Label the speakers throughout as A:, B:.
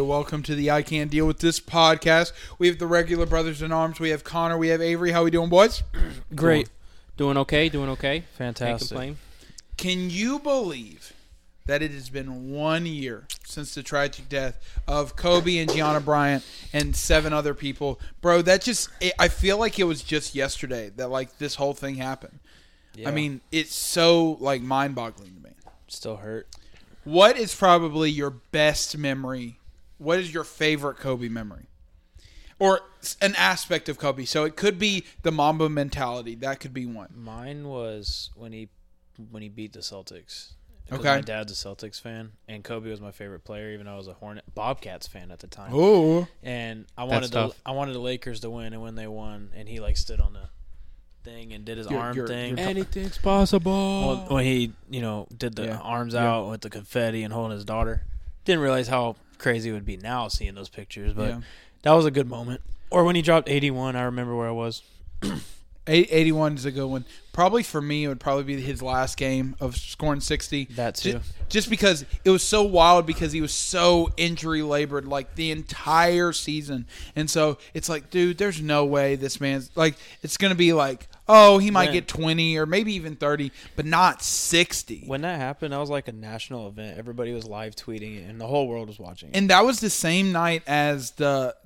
A: welcome to the I Can't Deal with This podcast. We have the regular brothers in arms. We have Connor. We have Avery. How we doing, boys?
B: Great.
C: Doing okay, doing okay. Can't
B: Fantastic.
C: complain.
A: Can you believe that it has been one year since the tragic death of Kobe and Gianna Bryant and seven other people, bro? That just it, I feel like it was just yesterday that like this whole thing happened.
B: Yeah.
A: I mean, it's so like mind-boggling to me.
B: Still hurt.
A: What is probably your best memory? What is your favorite Kobe memory? Or s- an aspect of Kobe. So it could be the Mamba mentality. That could be one.
B: Mine was when he when he beat the Celtics. 'Cause
A: Okay.
B: My dad's a Celtics fan, and Kobe was my favorite player, even though I was a Hornet Bobcats fan at the time.
A: Oh.
B: And I wanted the
C: tough.
B: I wanted the Lakers to win, and when they won, and he like stood on the thing and did his
A: You're-
B: arm
A: you're-
B: thing.
A: you're-
C: Anything's possible.
B: Well, when he you know did the
A: Yeah.
B: arms out with the confetti and holding his daughter, didn't realize how crazy it would be now seeing those pictures, but
A: Yeah.
B: that was a good moment. Or when he dropped eighty one, I remember where I was.
A: Eight- 81 is a good one. Probably for me, it would probably be his last game of scoring 60.
B: That
A: Ju-
B: too.
A: Just, because it was so wild because he was so injury labored like the entire season. And so it's like, dude, there's no way this man's like, it's going to be like, oh, he might
B: When-
A: get 20 or maybe even 30, but not 60.
B: When that happened, that was like a national event. Everybody was live tweeting it, and the whole world was watching it.
A: And that was the same night as the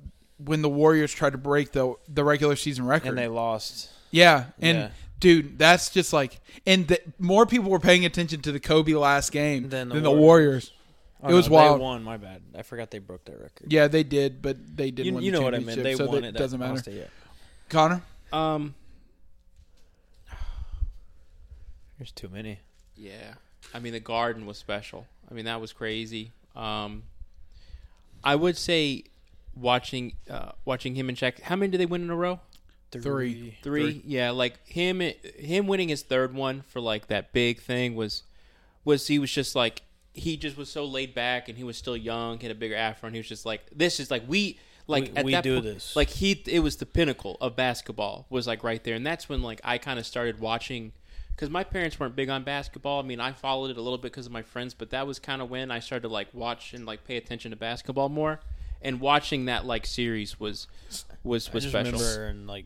A: when the Warriors tried to break the the regular season record.
B: And they lost.
A: Yeah, and
B: Yeah.
A: dude, that's just like, and th- more people were paying attention to the Kobe last game than
B: Than
A: the,
B: the
A: Warriors.
B: Oh,
A: It was
B: no,
A: wild.
B: They won. My bad. I forgot they broke that record.
A: Yeah, they did, but they didn't.
B: you,
A: win
B: you
A: the
B: know what I meant. They
A: championship, so
B: won
A: that
B: it. That
A: doesn't matter.
B: lost it, yeah.
A: Connor,
C: um
B: There's too many.
C: Yeah. I mean, the garden was special. I mean, that was crazy. Um, I would say watching uh, watching him and Shaq. How many did they win in a row?
A: Three.
C: Three. Yeah, like him him winning his third one for like that big thing was was he was just like he just was so laid back and he was still young, had a bigger afro, and he was just like this is like we like
B: We-
C: at
B: we
C: that
B: do
C: point-
B: this.
C: Like he it was the pinnacle of basketball was like right there, and that's when like I kind of started watching because my parents weren't big on basketball. I mean, I followed it a little bit because of my friends, but that was kind of when I started to like watch and like pay attention to basketball more. And watching that like series was was was
B: I just
C: special.
B: remember in like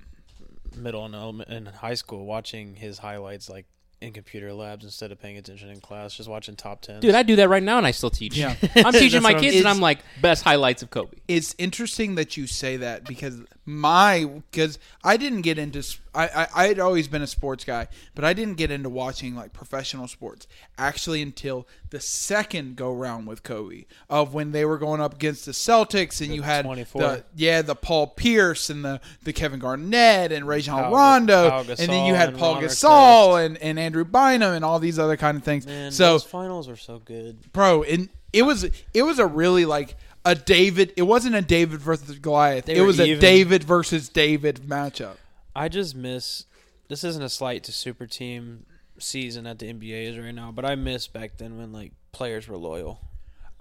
B: middle and element and high school watching his highlights like in computer labs instead of paying attention in class, just watching top ten.
C: Dude, I do that right now, and I still teach.
A: Yeah.
C: I'm teaching
B: That's
C: my
B: what I'm-
C: kids, and I'm like best highlights of Kobe.
A: it's interesting that you say that because my because I didn't get into s- I, I I had always been a sports guy, but I didn't get into watching like professional sports actually until the second go round with Kobe of when they were going up against the Celtics and you had
B: 24.
A: the yeah the Paul Pierce and the the Kevin Garnett and Rajon
B: Pau-
A: Rondo
B: Pau
A: and then you
B: Gasol
A: had
B: and
A: Paul
B: Ron
A: Gasol and, and Andrew Bynum and all these other kind of things.
B: Man,
A: so
B: those finals were so good.
A: bro and it was it was a really like a david it wasn't a david versus goliath
B: They
A: it
B: were
A: was a
B: even.
A: david versus david matchup
B: I just miss. This isn't a slight to super team season that the NBA is right now, but I miss back then when like players were loyal.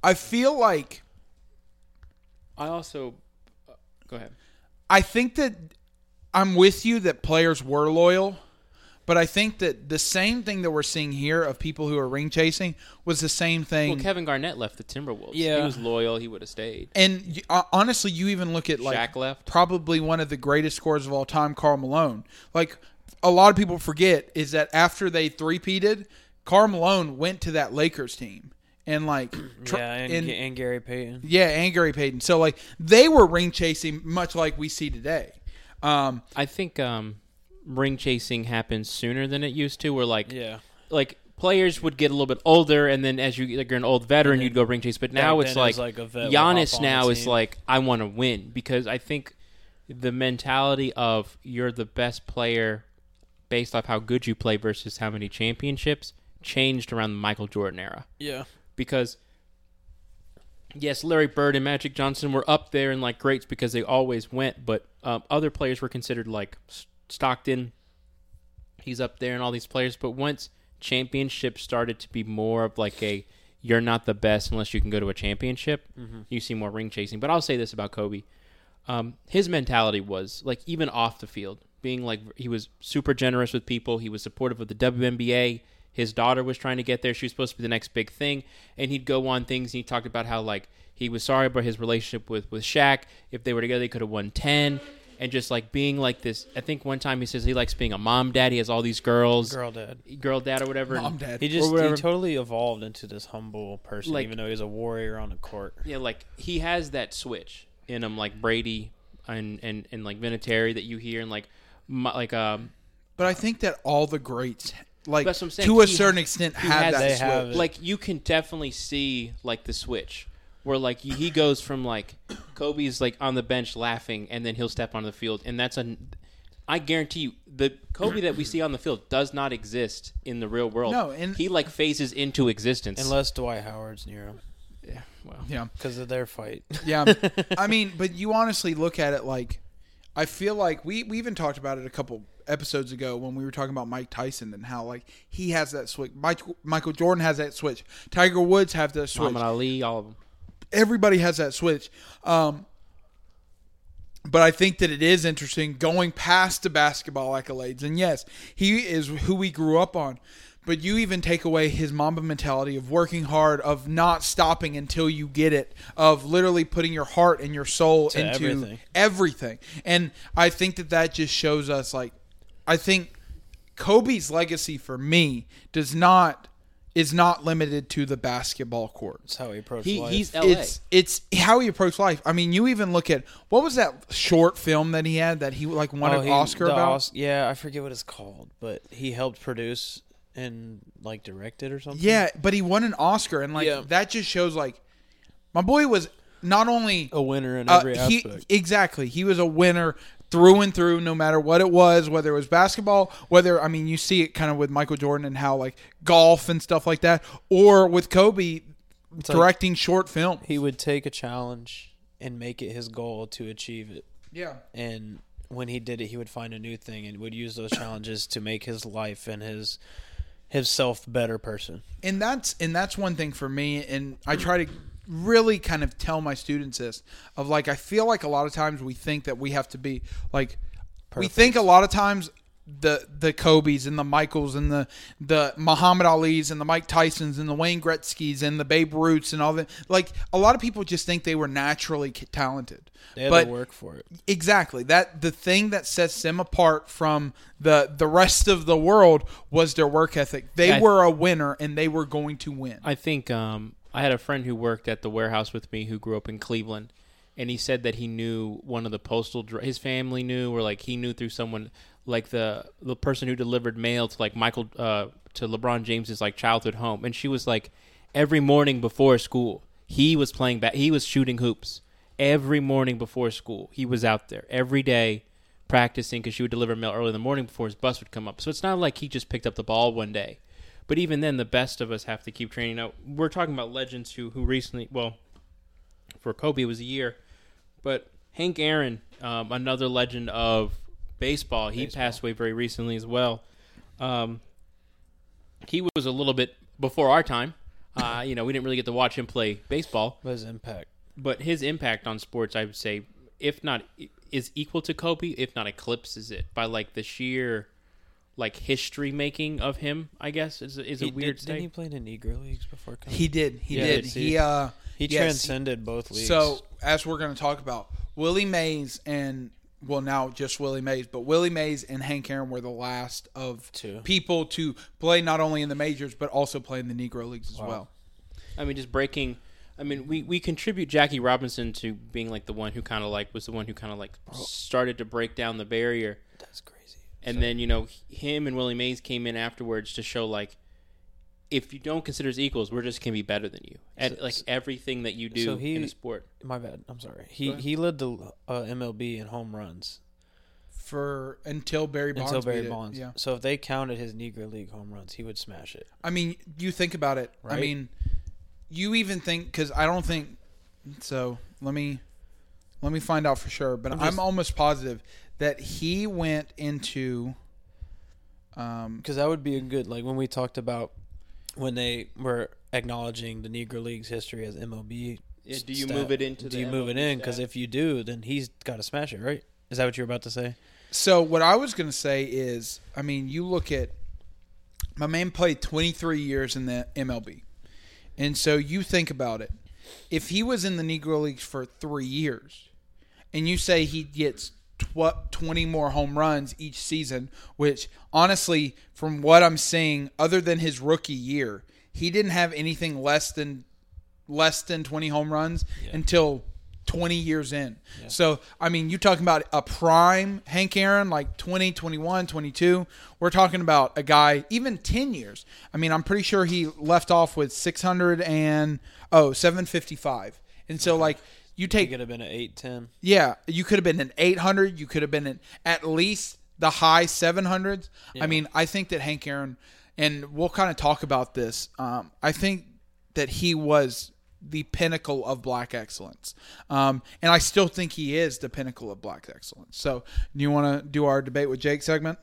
A: i feel like
C: I also go ahead.
A: i think that i'm with you that players were loyal but i think that the same thing that we're seeing here of people who are ring chasing was the same thing
C: Well, Kevin Garnett left the Timberwolves. he
B: Yeah.
C: was loyal. He would have stayed.
A: and you, uh, honestly you even look at like
C: Shaq left.
A: probably one of the greatest scorers of all time, Carl Malone. Like a lot of people forget is that after they three-peated, Carl Malone went to that Lakers team and like tr-
B: yeah, and,
A: and-
B: Ga- and Gary Payton.
A: yeah, and Gary Payton. So like they were ring chasing much like we see today. Um,
C: I think um, ring chasing happens sooner than it used to. Where like
B: Yeah,
C: like players would get a little bit older, and then as you like you're an old veteran, you'd go ring chase. But now
B: Back
C: it's
B: then it
C: like,
B: was like a vet would hop
C: Giannis
B: on
C: now
B: the
C: is
B: team.
C: like I want to win because I think the mentality of you're the best player based off how good you play versus how many championships changed around the Michael Jordan era.
B: yeah.
C: because yes, Larry Bird and Magic Johnson were up there in like greats because they always went, but um, other players were considered like S- Stockton. He's up there and all these players, but once championships started to be more of like a you're not the best unless you can go to a championship, you see more ring chasing. But I'll say this about Kobe. Um, his mentality was like even off the field, being like he was super generous with people. He was supportive of the WNBA. His daughter was trying to get there. She was supposed to be the next big thing. And he'd go on things and he talked about how like he was sorry about his relationship with with Shaq. If they were together, they could have won ten. And just like being like this, I think one time he says he likes being a mom dad. He has all these girls,
B: Girl dad.
C: girl dad or whatever.
A: Mom,
C: And-
A: dad.
B: He just
C: Or
B: he
C: whatever.
B: totally evolved into this humble person,
C: Like-
B: even though he's a warrior on the court.
C: Yeah, like he has that switch in him, like Brady and and and like Vinatieri that you hear and like my, like um
A: But I think that all the greats, like
C: That's what I'm saying.
A: to a
C: He-
A: certain extent, have
C: has-
A: that
C: They
A: switch.
B: have it.
C: like you can definitely see like the switch where like he he goes from like Kobe's like on the bench laughing and then he'll step on the field and that's a I guarantee you the Kobe that we see on the field does not exist in the real world.
A: No, and-
C: he like phases into existence.
B: Unless Dwight Howard's near him
C: yeah, well,
A: Yeah,
B: because of their fight.
A: yeah. I mean, but you honestly look at it like, I feel like we we even talked about it a couple episodes ago when we were talking about Mike Tyson and how like he has that switch. Michael Michael Jordan has that switch. Tiger Woods have that switch.
C: Muhammad Ali, all of them.
A: everybody has that switch. Um, but I think that it is interesting going past the basketball accolades. And yes, he is who we grew up on. But you even take away his Mamba mentality of working hard, of not stopping until you get it, of literally putting your heart and your soul into
B: everything.
A: everything. And I think that that just shows us like, I think Kobe's legacy for me does not is not limited to the basketball court
B: That's how he approached
C: He,
B: life.
C: he's LA.
A: it's it's how he approached life. I mean, you even look at what was that short film that he had that he like won
B: Oh,
A: an
B: he-
A: Oscar
B: the
A: about?
B: Os- yeah, I forget what it's called, but he helped produce and like direct it or something.
A: yeah, but he won an Oscar, and like
B: Yeah.
A: that just shows like my boy was not only
B: a winner in
A: uh,
B: every
A: he,
B: aspect.
A: exactly he was a winner through and through, no matter what it was, whether it was basketball, whether I mean you see it kind of with Michael Jordan and how like golf and stuff like that, or with Kobe
B: like-
A: directing short film.
B: he would take a challenge and make it his goal to achieve it.
A: Yeah.
B: And when he did it, he would find a new thing and would use those challenges to make his life and his himself better person.
A: and that's and that's one thing for me and i try to really kind of tell my students this of like i feel like a lot of times we think that we have to be like we think a lot of times the the Kobe's and the Michaels and the the Muhammad Ali's and the Mike Tysons and the Wayne Gretzky's and the Babe Ruths and all that like a lot of people just think they were naturally c- talented
B: They had
A: but
B: to work for it.
A: Exactly. That the thing that sets them apart from the the rest of the world was their work ethic. They
C: Yeah, I-
A: were a winner and they were going to win.
C: I think um, I had a friend who worked at the warehouse with me who grew up in Cleveland, and he said that he knew one of the postal dr- his family knew or like he knew through someone like the the person who delivered mail to like Michael uh, to LeBron James's like childhood home, and she was like every morning before school he was playing bat he was shooting hoops every morning before school he was out there every day practicing because she would deliver mail early in the morning before his bus would come up so it's not like he just picked up the ball one day but even then, the best of us have to keep training. Now we're talking about legends who who recently, well, for Kobe it was a year, but Hank Aaron, um, another legend of baseball, he passed away very recently as well. Um, he was a little bit before our time. Uh, you know, we didn't really get to watch him play baseball,
B: But his impact.
C: but his impact on sports, I would say, if not e, is equal to Kobe, if not eclipses it by like the sheer like history making of him. I guess is is a
B: He-
C: weird
B: did, didn't he
C: thing.
B: play in the Negro E Leagues before coming?
A: He did. He
C: Yeah,
A: did.
C: I see.
A: He uh
B: He
A: yes.
B: transcended both leagues.
A: So as we're going to talk about Willie Mays and well now just Willie Mays, but Willie Mays and Hank Aaron were the last of
B: Two.
A: people to play not only in the majors but also play in the Negro leagues as well.
C: I mean, just breaking. I mean, we, we contribute Jackie Robinson to being like the one who kind of like was the one who kind of like
B: Oh.
C: started to break down the barrier.
B: that's crazy.
C: And then, you know, him and Willie Mays came in afterwards to show like if you don't consider us equals, we're just going to be better than you at
B: So-
C: like
B: so-
C: everything that you do
B: so he-
C: in a sport.
B: My bad. I'm sorry. He
C: ahead.
B: he led the uh, MLB in home runs
A: For until Barry Bonds
B: until Barry
A: beat it.
B: Bonds.
A: Yeah.
B: So if they counted his Negro League home runs, he would smash it.
A: I mean, you think about it. I
B: Right?
A: mean, you even think because I don't think so. Let me let me find out for sure, but I'm,
B: just-
A: almost positive that he went into. Um,
B: Because that would be a good like when we talked about when they were acknowledging the Negro League's history as MLB.
C: Yeah,
B: s-
C: do you move it into
B: Do
C: the
B: you move it
C: MLB
B: in? Because
C: stat?
B: if you do, then he's got to smash it, right? Is that what you were about to say?
A: so what I was gonna say is, I mean, you look at My man played 23 years in the MLB. And so you think about it. If he was in the Negro Leagues for three years, and you say he gets tw- 20 more home runs each season, which honestly, from what I'm seeing, other than his rookie year, he didn't have anything less than less than 20 home runs until 20 years in. So, I mean, you're talking about a prime Hank Aaron, like 20, 21, 22. We're talking about a guy, even 10 years. I mean, I'm pretty sure he left off with 600 and, oh, 755. And so, like, you
B: He
A: take
B: could have been an eight ten.
A: yeah, you could have been an 800. You could have been an, at least the high 700s. I mean, I think that Hank Aaron, and we'll kind of talk about this. Um, I think that he was the pinnacle of black excellence. Um, and I still think he is the pinnacle of black excellence. So, do you want to do our debate with Jake segment?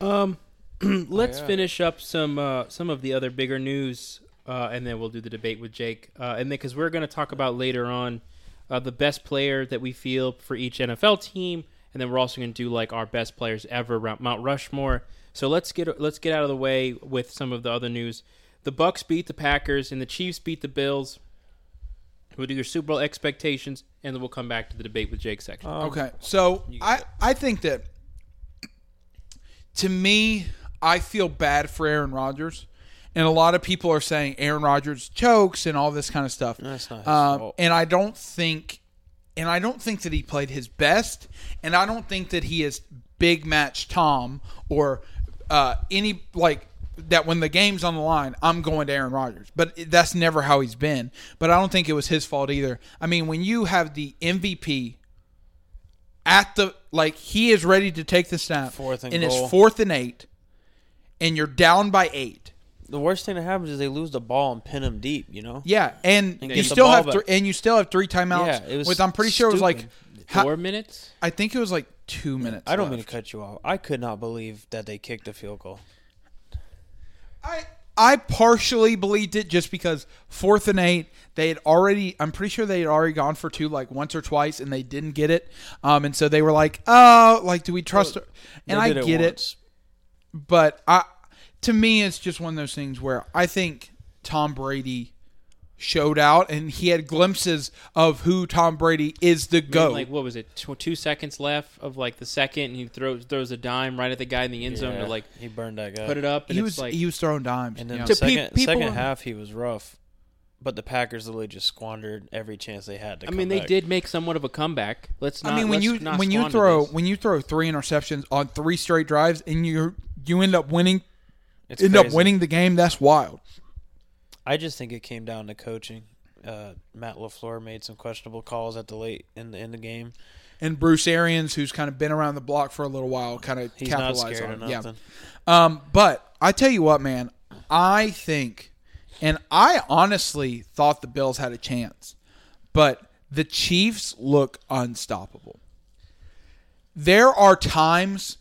C: Um, let's finish up some uh, some of the other bigger news, uh, and then we'll do the debate with Jake, uh, and then because we're going to talk about later on uh, the best player that we feel for each NFL team, and then we're also going to do like our best players ever, Ra- Mount Rushmore. So let's get let's get out of the way with some of the other news. The Bucks beat the Packers, and the Chiefs beat the Bills. We'll do your Super Bowl expectations, and then we'll come back to the debate with Jake section.
B: Um,
A: Okay. So I, I think that to me, I feel bad for Aaron Rodgers. And a lot of people are saying Aaron Rodgers chokes and all this kind of stuff.
B: That's not his
A: Um,
B: fault.
A: And I don't think and I don't think that he played his best. And I don't think that he is big match Tom or uh, any like that when the game's on the line, I'm going to Aaron Rodgers. But it- that's never how he's been. But I don't think it was his fault either. I mean, when you have the MVP at the like he is ready to take the snap
B: Fourth and
A: it's
B: goal.
A: fourth and eight and you're down by eight
B: The worst thing that happens is they lose the ball and pin him deep. You know.
A: yeah and,
B: And
A: you
B: get the
A: still
B: ball
A: have
B: back.
A: three and you still have three timeouts
B: Yeah, it was
A: with i'm pretty sure it was like
B: stupid.
A: ha-
C: Four minutes.
A: i think it was like two minutes
B: I don't mean to
A: left.
B: cut you off. I could not believe that they kicked a field goal.
A: i i partially believed it just because fourth and eight they had already i'm pretty sure they had already gone for two like once or twice and they didn't get it um and so they were like oh like do we trust her? and
B: They
A: i
B: did
A: get it
B: once.
A: but I, to me, it's just one of those things where I think Tom Brady showed out, and he had glimpses of who Tom Brady is the
C: And,
A: goat.
C: Like what was it? Tw- two seconds left of like the second, and he throws throws a dime right at the guy in the end zone
B: Yeah,
C: to like
B: he burned that guy.
C: put it up. And
A: he
C: it's
A: was
C: like
A: he was throwing dimes.
B: And then
A: yeah.
B: the
A: To pe-
B: second,
A: people
B: second
A: were-
B: half, he was rough, but the Packers literally just squandered every chance they had to.
C: I
B: come
C: mean, they
B: back.
C: did make somewhat of a comeback. Let's not.
A: I mean, when
C: let's
A: you
C: not
A: when you
C: squander
A: throw
C: this.
A: when you throw three interceptions on three straight drives, and you you end up winning
B: It's
A: end up
B: crazy.
A: winning the game, that's wild.
B: I just think it came down to coaching. Uh, Matt Lafleur made some questionable calls at the late in the in the game.
A: And Bruce Arians, who's kind of been around the block for a little while, kind of
B: He's not
A: capitalized
B: scared
A: on
B: of
A: it. Yeah.
B: nothing.
A: Um, but I tell you what, man, I think, and I honestly thought the Bills had a chance, but the Chiefs look unstoppable. There are times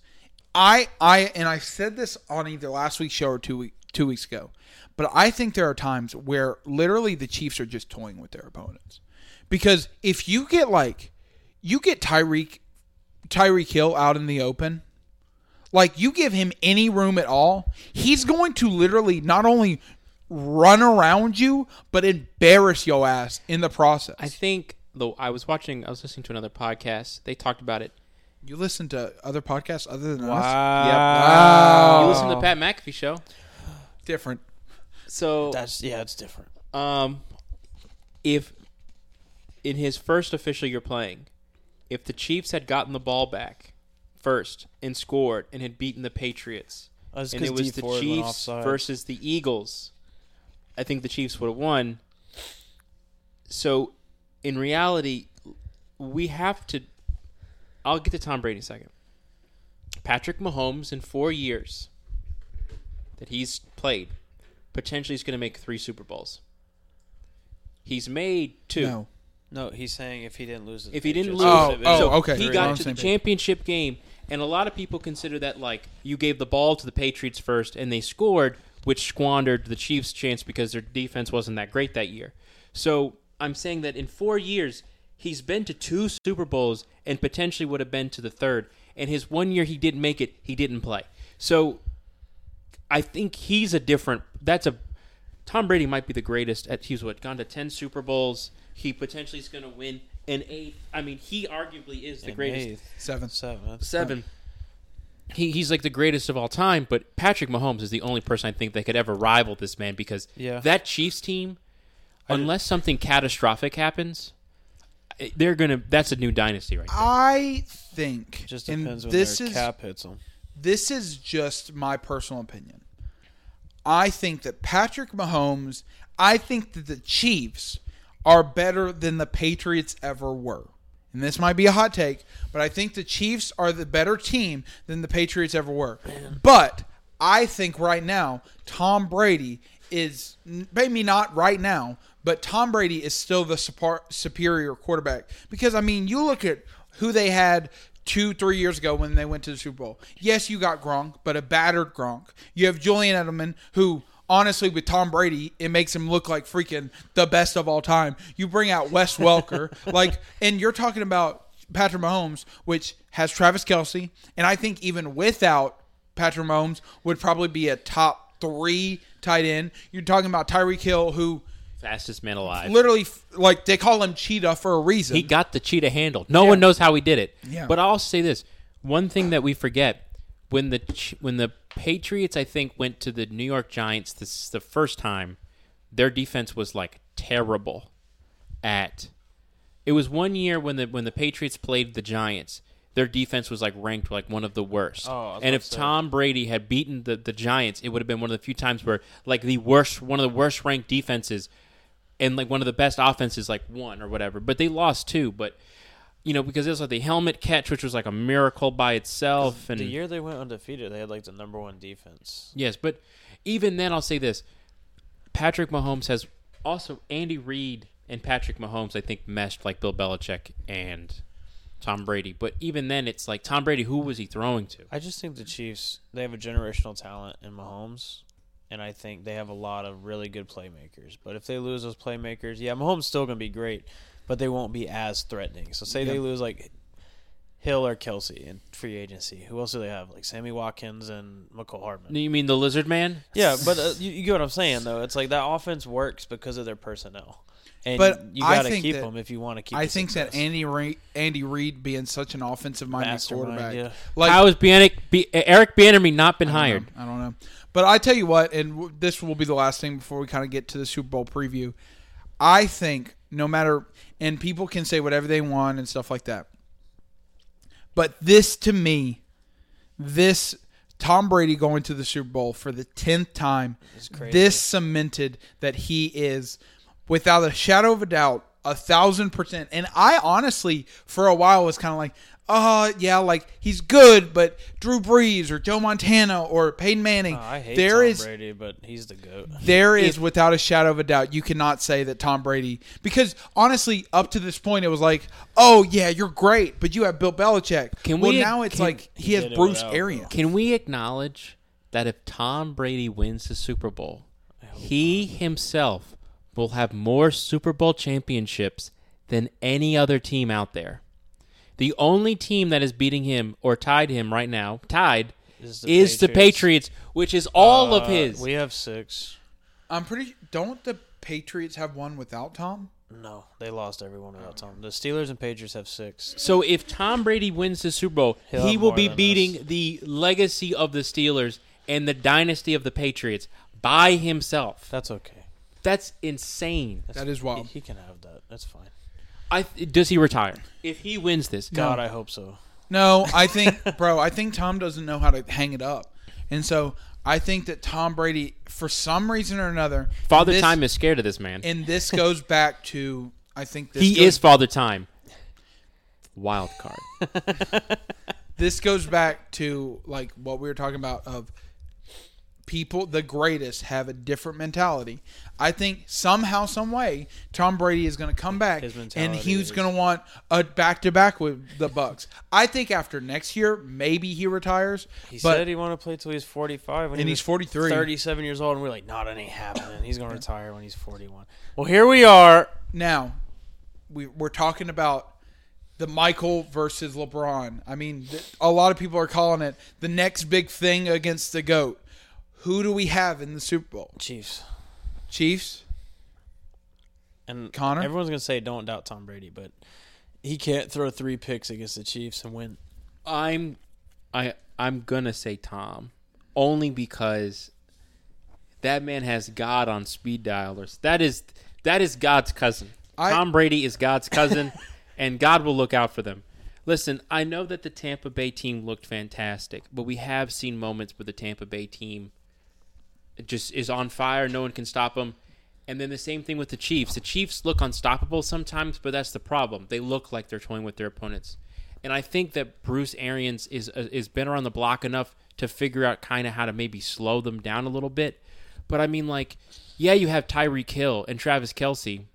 A: I I and I said this on either last week's show or two week, two weeks ago, but I think there are times where literally the Chiefs are just toying with their opponents. Because if you get like you get Tyreek Tyreek Hill out in the open, like you give him any room at all, he's going to literally not only run around you but embarrass your ass in the process.
C: I think though, I was watching. I was listening to another podcast. They talked about it.
A: you listen to other podcasts other than us?
B: Wow.
C: You listen to the Pat McAfee show.
A: Different.
C: So
B: That's yeah, it's different.
C: um, if in his first official year playing, if the Chiefs had gotten the ball back first and scored and had beaten the Patriots,
B: That's
C: and
B: 'cause
C: it was
B: D Ford
C: the
B: went
C: Chiefs
B: offside.
C: versus the Eagles, I think the Chiefs would have won. So, in reality, we have to. I'll get to Tom Brady in a second. Patrick Mahomes in four years that he's played, potentially is going to make three Super Bowls. He's made two.
A: No.
B: No, he's saying if he didn't lose, to the
C: If he didn't lose,
B: Patriots,
A: Oh, oh,
C: so
A: okay.
C: he
A: We're on the
C: got to the
A: same page.
C: championship game, and a lot of people consider that like you gave the ball to the Patriots first, and they scored, which squandered the Chiefs' chance because their defense wasn't that great that year. So I'm saying that in four years, he's been to two Super Bowls and potentially would have been to the third. And his one year he didn't make it, he didn't play. So I think he's a different. That's a Tom Brady might be the greatest. At he's what gone to ten Super Bowls. He potentially is going to win an eight. I mean, he arguably is the
B: And
C: greatest.
B: eighth,
A: Seven.
B: seven. That's-
C: Seven. He, he's like the greatest of all time, but Patrick Mahomes is the only person I think that could ever rival this man because
B: Yeah.
C: that Chiefs team,
B: I did-
C: unless something catastrophic happens, it- they're gonna. That's a new dynasty right there.
A: I think
B: Just
A: and
B: depends when
A: this
B: their
A: is
B: cap hits them.
A: this is just my personal opinion. I think that Patrick Mahomes, I think that the Chiefs are better than the Patriots ever were. And this might be a hot take, but I think the Chiefs are the better team than the Patriots ever were. But I think right now, Tom Brady is maybe not right now, but Tom Brady is still the supar- superior quarterback. Because, I mean, you look at who they had two, three years ago when they went to the Super Bowl. Yes, you got Gronk, but a battered Gronk. You have Julian Edelman, who honestly with Tom Brady, it makes him look like freaking the best of all time. You bring out Wes Welker, like, and you're talking about Patrick Mahomes, which has Travis Kelsey, and I think even without Patrick Mahomes would probably be a top three tight end. You're talking about Tyreek Hill, who
C: Fastest man alive.
A: literally, like, they call him Cheetah for a reason.
C: He got the cheetah handled. No one knows how he did it.
A: Yeah.
C: But I'll say this: one thing that we forget when the Ch- when the Patriots, I think, went to the New York Giants this the first time, their defense was like terrible. At it was one year when the when the Patriots played the Giants. Their defense was like ranked like one of the worst.
B: Oh, I was
C: and
B: about
C: if
B: to say.
C: Tom Brady had beaten the, the Giants, it would have been one of the few times where like the worst one of the worst ranked defenses and like one of the best offenses like won or whatever. But they lost two, but you know, because it was like the helmet catch, which was like a miracle by itself and
A: Mm.
B: The year they went undefeated, they had like the number one defense.
C: Yes, but even then, I'll say this: Patrick Mahomes has also Andy Reid and Patrick Mahomes. I think meshed like Bill Belichick and Tom Brady. But even then, it's like Tom Brady. Who was he throwing to?
B: I just think the Chiefs they have a generational talent in Mahomes, and I think they have a lot of really good playmakers. But if they lose those playmakers, yeah, Mahomes still gonna be great, but they won't be as threatening. So say they lose like Hill or Kelsey in free agency. Who else do they have? Like Sammy Watkins and McCole Hardman.
C: You mean the Lizard Man?
B: Yeah, but uh, you, you get what I'm saying though. It's like that offense works because of their personnel, and
A: But
B: you
A: I
B: gotta
A: think
B: keep
A: that-
B: them if you want to keep.
A: I
B: the
A: think that
B: success.
A: Andy Reid, Andy Reid being such an offensive minded
B: Mastermind,
A: quarterback,
B: yeah.
A: like
C: How has Bienick, B, Eric Bieniemy not been hired?
A: I don't know. But I tell you what, and w- this will be the last thing before we kind of get to the Super Bowl preview. I think no matter, and people can say whatever they want and stuff like that. But this to me, this Tom Brady going to the Super Bowl for the 10th time,
B: crazy.
A: this cemented that he is, without a shadow of a doubt, a thousand percent. And I honestly, for a while, was kind of like, uh, yeah, like he's good, but Drew Brees or Joe Montana or Peyton Manning,
B: Oh, I hate
A: there
B: Tom
A: is-
B: Brady, but he's the goat.
A: there is, without a shadow of a doubt, you cannot say that Tom Brady. Because honestly, up to this point, it was like, oh yeah, you're great, but you have Bill Belichick.
C: Can
A: well,
C: we-
A: now it's
C: can-
A: like he has
B: did it
A: Bruce
B: without
A: Arians.
C: Can we acknowledge that if Tom Brady wins the Super Bowl, he himself will have more Super Bowl championships than any other team out there? The only team that is beating him or tied him right now, tied,
B: Is
C: is
B: the
C: the,
B: Patriots.
C: Patriots, which is all of
B: Uh,
C: his.
B: We have six.
A: I'm pretty. Don't the Patriots have one without Tom?
B: No, they lost everyone without Tom. The Steelers and Patriots have six.
C: So if Tom Brady wins the Super Bowl,
B: He'll
C: he
B: have
C: will
B: more
C: be
B: than
C: beating the legacy of the Steelers and the dynasty of the Patriots by himself.
B: That's okay.
C: That's insane.
A: That is wild.
B: He, he can have that. That's fine.
C: I th- does he retire if he wins this?
B: God, I hope so.
A: No, I think, bro, I think Tom doesn't know how to hang it up, and so I think that Tom Brady, for some reason or another,
C: Father
A: this-
C: Time is scared of this man.
A: and this goes back to I think this
C: He
A: goes
C: is Father Time. Wild card.
A: this goes back to like what we were talking about of people the greatest have a different mentality i think somehow some way tom brady is going to come back
B: His
A: and
B: mentality
A: he's
B: is-
A: going to want a back-to-back with the bucks i think after next year maybe he retires
B: He
A: but
B: said he wanted to play till he's 45. When
A: And
B: he
A: he's
B: was
A: 43.
B: 37 years old, and we're like, nah, that ain't happening. He's going to retire when he's 41. Well, here we are.
A: now we, we're talking about the Michael versus LeBron. I mean, th- a lot of people are calling it the next big thing against the GOAT. Who do we have in the Super Bowl?
B: Chiefs.
A: Chiefs.
B: And
A: Connor?
B: everyone's gonna say don't doubt Tom Brady, but he can't throw three picks against the Chiefs and win.
C: I'm I I'm gonna say Tom, only because that man has God on speed dialers. That is that is God's cousin.
A: I-
C: Tom Brady is God's cousin, and God will look out for them. Listen, I know that the Tampa Bay team looked fantastic, but we have seen moments where the Tampa Bay team just is on fire. No one can stop them. And then the same thing with the Chiefs. The Chiefs look unstoppable sometimes, but that's the problem. They look like they're toying with their opponents. And I think that Bruce Arians is uh, is been around the block enough to figure out kind of how to maybe slow them down a little bit. But I mean, like, yeah, you have Tyreek Hill and Travis Kelsey,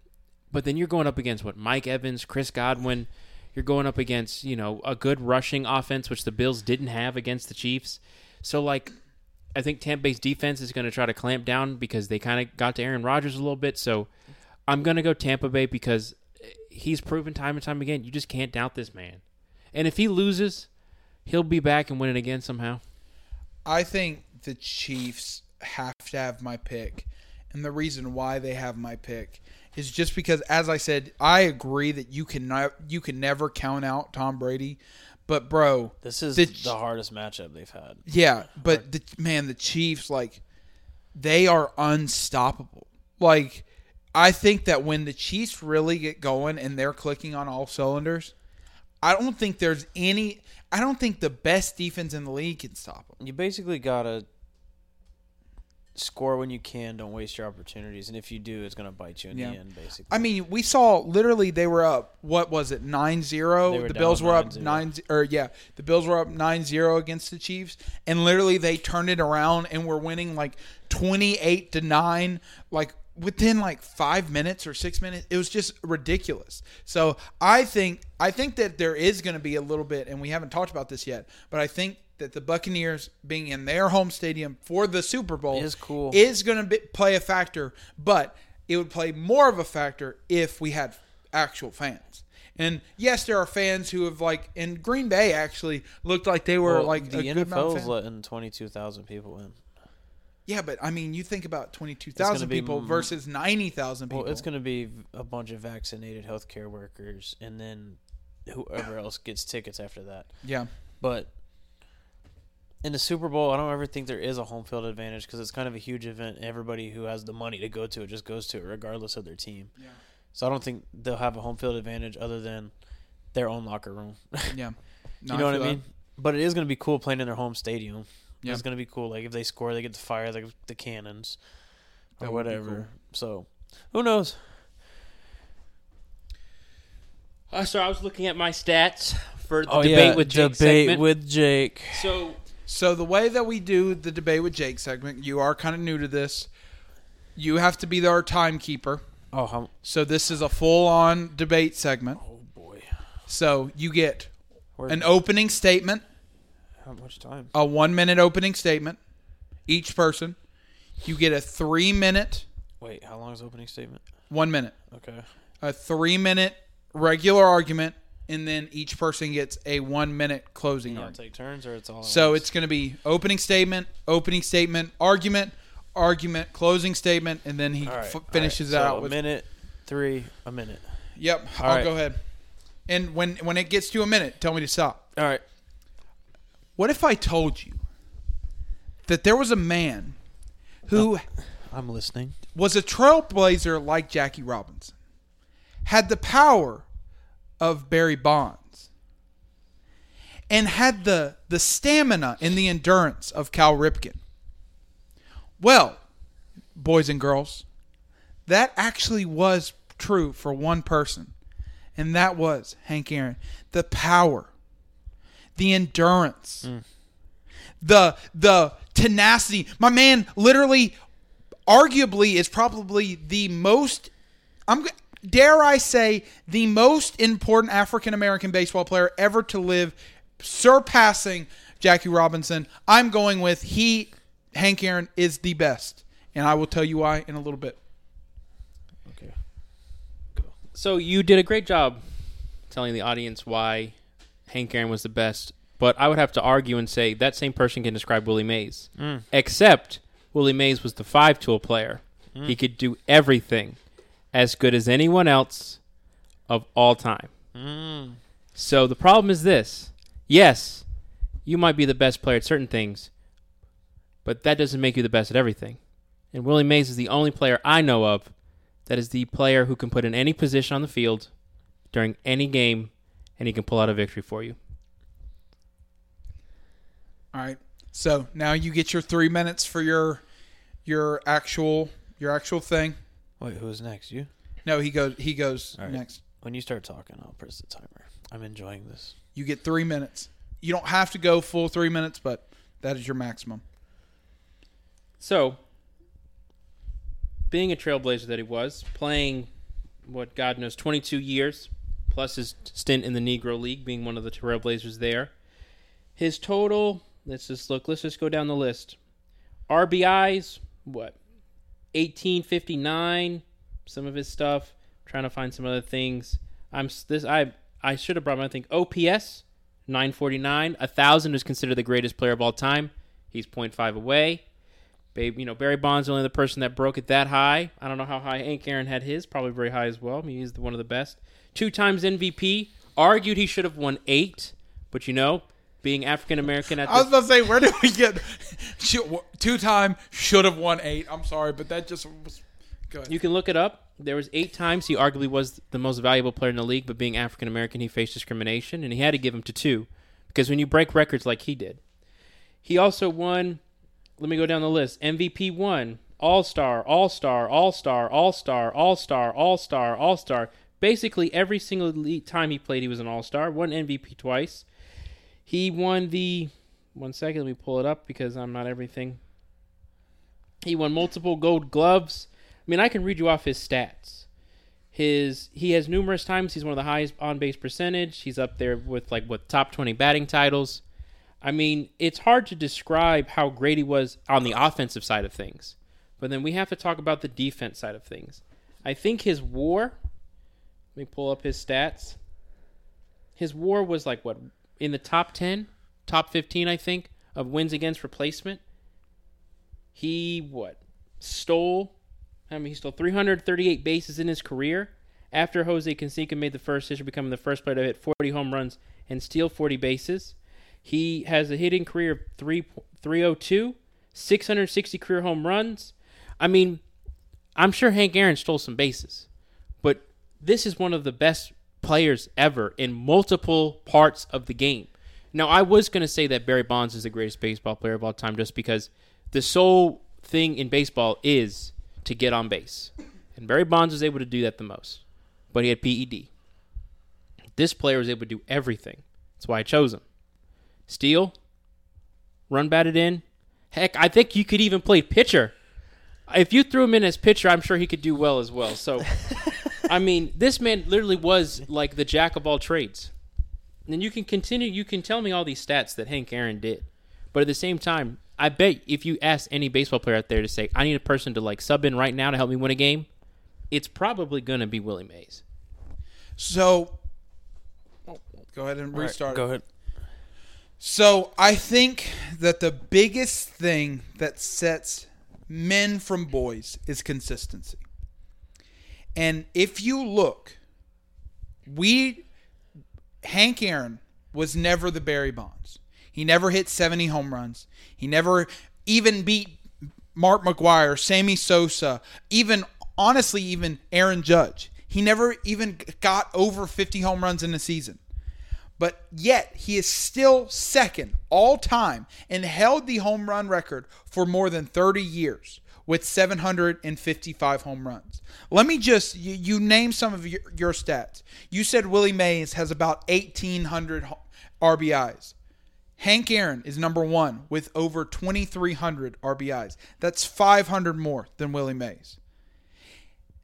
C: but then you're going up against what Mike Evans, Chris Godwin. You're going up against you know a good rushing offense, which the Bills didn't have against the Chiefs. So like, I think Tampa Bay's defense is going to try to clamp down because they kind of got to Aaron Rodgers a little bit. So I'm going to go Tampa Bay because eh, he's proven time and time again you just can't doubt this man. And if he loses, he'll be back and win it again somehow.
A: I think the Chiefs have to have my pick. And the reason why they have my pick is just because as I said, I agree that you can not, you can never count out Tom Brady, but bro,
B: This is
A: The
B: the,
A: Ch-
B: hardest matchup they've had.
A: yeah, but the man, the Chiefs like they are unstoppable. Like I think that when the Chiefs really get going and they're clicking on all cylinders, I don't think there's any I don't think the best defense in the league can stop them.
B: You basically gotta score when you can. Don't waste your opportunities, and if you do, it's gonna bite you in
A: Yeah.
B: the end. Basically,
A: I mean, we saw literally they were up. What was it? 9-0.
B: They were
A: The Bills
B: down
A: were up
B: 9-0.
A: 9 or yeah, the Bills were up 9-0 against the Chiefs and literally they turned it around and were winning like 28 to 9 like within like 5 minutes or 6 minutes. It was just ridiculous. So, I think I think that there is going to be a little bit and we haven't talked about this yet, but I think that the Buccaneers being in their home stadium for the Super Bowl
B: Is cool.
A: is going to be, play a factor, but it would play more of a factor if we had actual fans. And yes, there are fans who have like in Green Bay actually looked like they were
B: Well,
A: like
B: the
A: a good amount of
B: NFL's
A: fans.
B: letting twenty two thousand people in.
A: yeah, but I mean, you think about twenty two thousand
B: be
A: people
B: m-
A: versus ninety thousand people.
B: Well, it's going to be v- a bunch of vaccinated healthcare workers, and then whoever else gets tickets after that.
A: yeah,
B: But in the Super Bowl, I don't ever think there is a home field advantage because it's kind of a huge event. Everybody who has the money to go to it just goes to it, regardless of their team.
A: Yeah.
B: So I don't think they'll have a home field advantage other than their own locker room.
A: yeah. No,
B: you know what I
A: feel that.
B: mean? But it is going to be cool playing in their home stadium.
A: Yeah.
B: It's going to be cool. Like if they score, they get to fire the, the cannons
A: That
B: or
A: would be
B: whatever. So who knows?
C: Uh, so I was looking at my stats for the
B: Oh,
C: debate
B: yeah,
C: with Jake
B: debate
C: segment.
B: with Jake.
C: so
A: So the way that we do the debate with Jake segment, you are kind of new to this. You have to be our timekeeper.
B: Oh, how,
A: So this is a full-on debate segment.
B: oh boy,
A: So you get
B: Where,
A: an opening statement,
B: how much time?
A: a one minute opening statement, each person. You get a three minute,
B: Wait, how long is opening statement?
A: one minute,
B: Okay,
A: a three minute regular argument, and then each person gets a one minute closing
B: you all
A: argument.
B: take turns or it's all. at
A: So
B: once?
A: it's going to be opening statement, opening statement, argument, argument, closing statement, and then he
B: All right,
A: f-
B: all right.
A: finishes
B: So
A: that out
B: a
A: with.
B: minute, three, a minute.
A: Yep,
B: All
A: I'll
B: right.
A: go ahead. And when when it gets to a minute, tell me to stop.
B: All right,
A: What if I told you that there was a man who
B: I'm listening.
A: was a trailblazer like Jackie Robinson, had the power of Barry Bonds, and had the, the stamina and the endurance of Cal Ripken? Well, boys and girls, that actually was true for one person, and that was Hank Aaron. The power, the endurance, the the tenacity. My man literally arguably is probably the most I'm g- dare I say the most important African American baseball player ever to live surpassing Jackie Robinson. I'm going with he Hank Aaron is the best and I will tell you why in a little bit.
B: Okay.
C: so you did a great job telling the audience why Hank Aaron was the best, but I would have to argue and say that same person can describe Willie Mays, except Willie Mays was the five tool player. He could do everything as good as anyone else of all time. So the problem is this yes, you might be the best player at certain things, but that doesn't make you the best at everything. And Willie Mays is the only player I know of that is the player who can put in any position on the field during any game and he can pull out a victory for you.
A: All right. So now you get your three minutes for your your actual your actual thing.
B: Wait, who's next? You?
A: No, he goes he goes
B: All right.
A: next.
B: When you start talking, I'll press the timer. I'm enjoying this.
A: You get three minutes. You don't have to go full three minutes, but that is your maximum.
C: So, being a trailblazer that he was, playing what God knows 22 years, plus his stint in the Negro League, being one of the trailblazers there, his total, let's just look, let's just go down the list. RBIs, what? 1859, some of his stuff, trying to find some other things. I'm s- this I I should have brought my thing. OPS 949, 1000 is considered the greatest player of all time. He's 0.5 away. Babe, you know, Barry Bonds the only the person that broke it that high. I don't know how high Hank Aaron had his, probably very high as well. I mean, he's the- one of the best. Two times MVP. Argued he should have won eight, but you know, being African American at
A: I was
C: the
A: about to say, where did we get two time should have won eight? I'm sorry, but that just was good.
C: you can look it up. There was eight times he arguably was the most valuable player in the league, but being African American, he faced discrimination, and he had to give him to two because when you break records like he did, he also won. Let me go down the list. MVP one, All Star, All Star, All Star, All Star, All Star, All Star, All Star. Basically, every single le- time he played, he was an All Star. Won MVP twice. He won the. One second, let me pull it up because I'm not everything. He won multiple Gold Gloves. I mean, I can read you off his stats. His he has numerous times. He's one of the highest on base percentage. He's up there with like what top twenty batting titles. I mean, it's hard to describe how great he was on the offensive side of things, but then we have to talk about the defense side of things. I think his WAR. Let me pull up his stats. His WAR was like what in the top ten, top fifteen, I think, of wins against replacement. He what stole I mean, he stole 338 bases in his career. After Jose Canseco made the first issue, becoming the first player to hit 40 home runs and steal 40 bases, he has a hitting career of 3, 302, 660 career home runs. I mean, I'm sure Hank Aaron stole some bases, but this is one of the best players ever in multiple parts of the game. Now, I was going to say that Barry Bonds is the greatest baseball player of all time just because the sole thing in baseball is to get on base. And Barry Bonds was able to do that the most, but he had PED. This player was able to do everything. That's why I chose him. Steal, run batted in. Heck, I think you could even play pitcher. If you threw him in as pitcher, I'm sure he could do well as well. So, I mean, this man literally was like the jack of all trades. And you can continue. You can tell me all these stats that Hank Aaron did, but at the same time, I bet if you ask any baseball player out there to say, "I need a person to like sub in right now to help me win a game," it's probably gonna be Willie Mays.
A: So go ahead and restart. it.
B: Go ahead.
A: So I think that the biggest thing that sets men from boys is consistency. And if you look, we Hank Aaron was never the Barry Bonds. He never hit 70 home runs. He never even beat Mark McGuire, Sammy Sosa, even honestly even Aaron Judge. He never even got over 50 home runs in a season but yet he is still second all time and held the home run record for more than 30 years with 755 home runs. Let me just you, you name some of your, your stats. You said Willie Mays has about 1800 ho- RBIs. Hank Aaron is number 1 with over 2300 RBIs. That's 500 more than Willie Mays.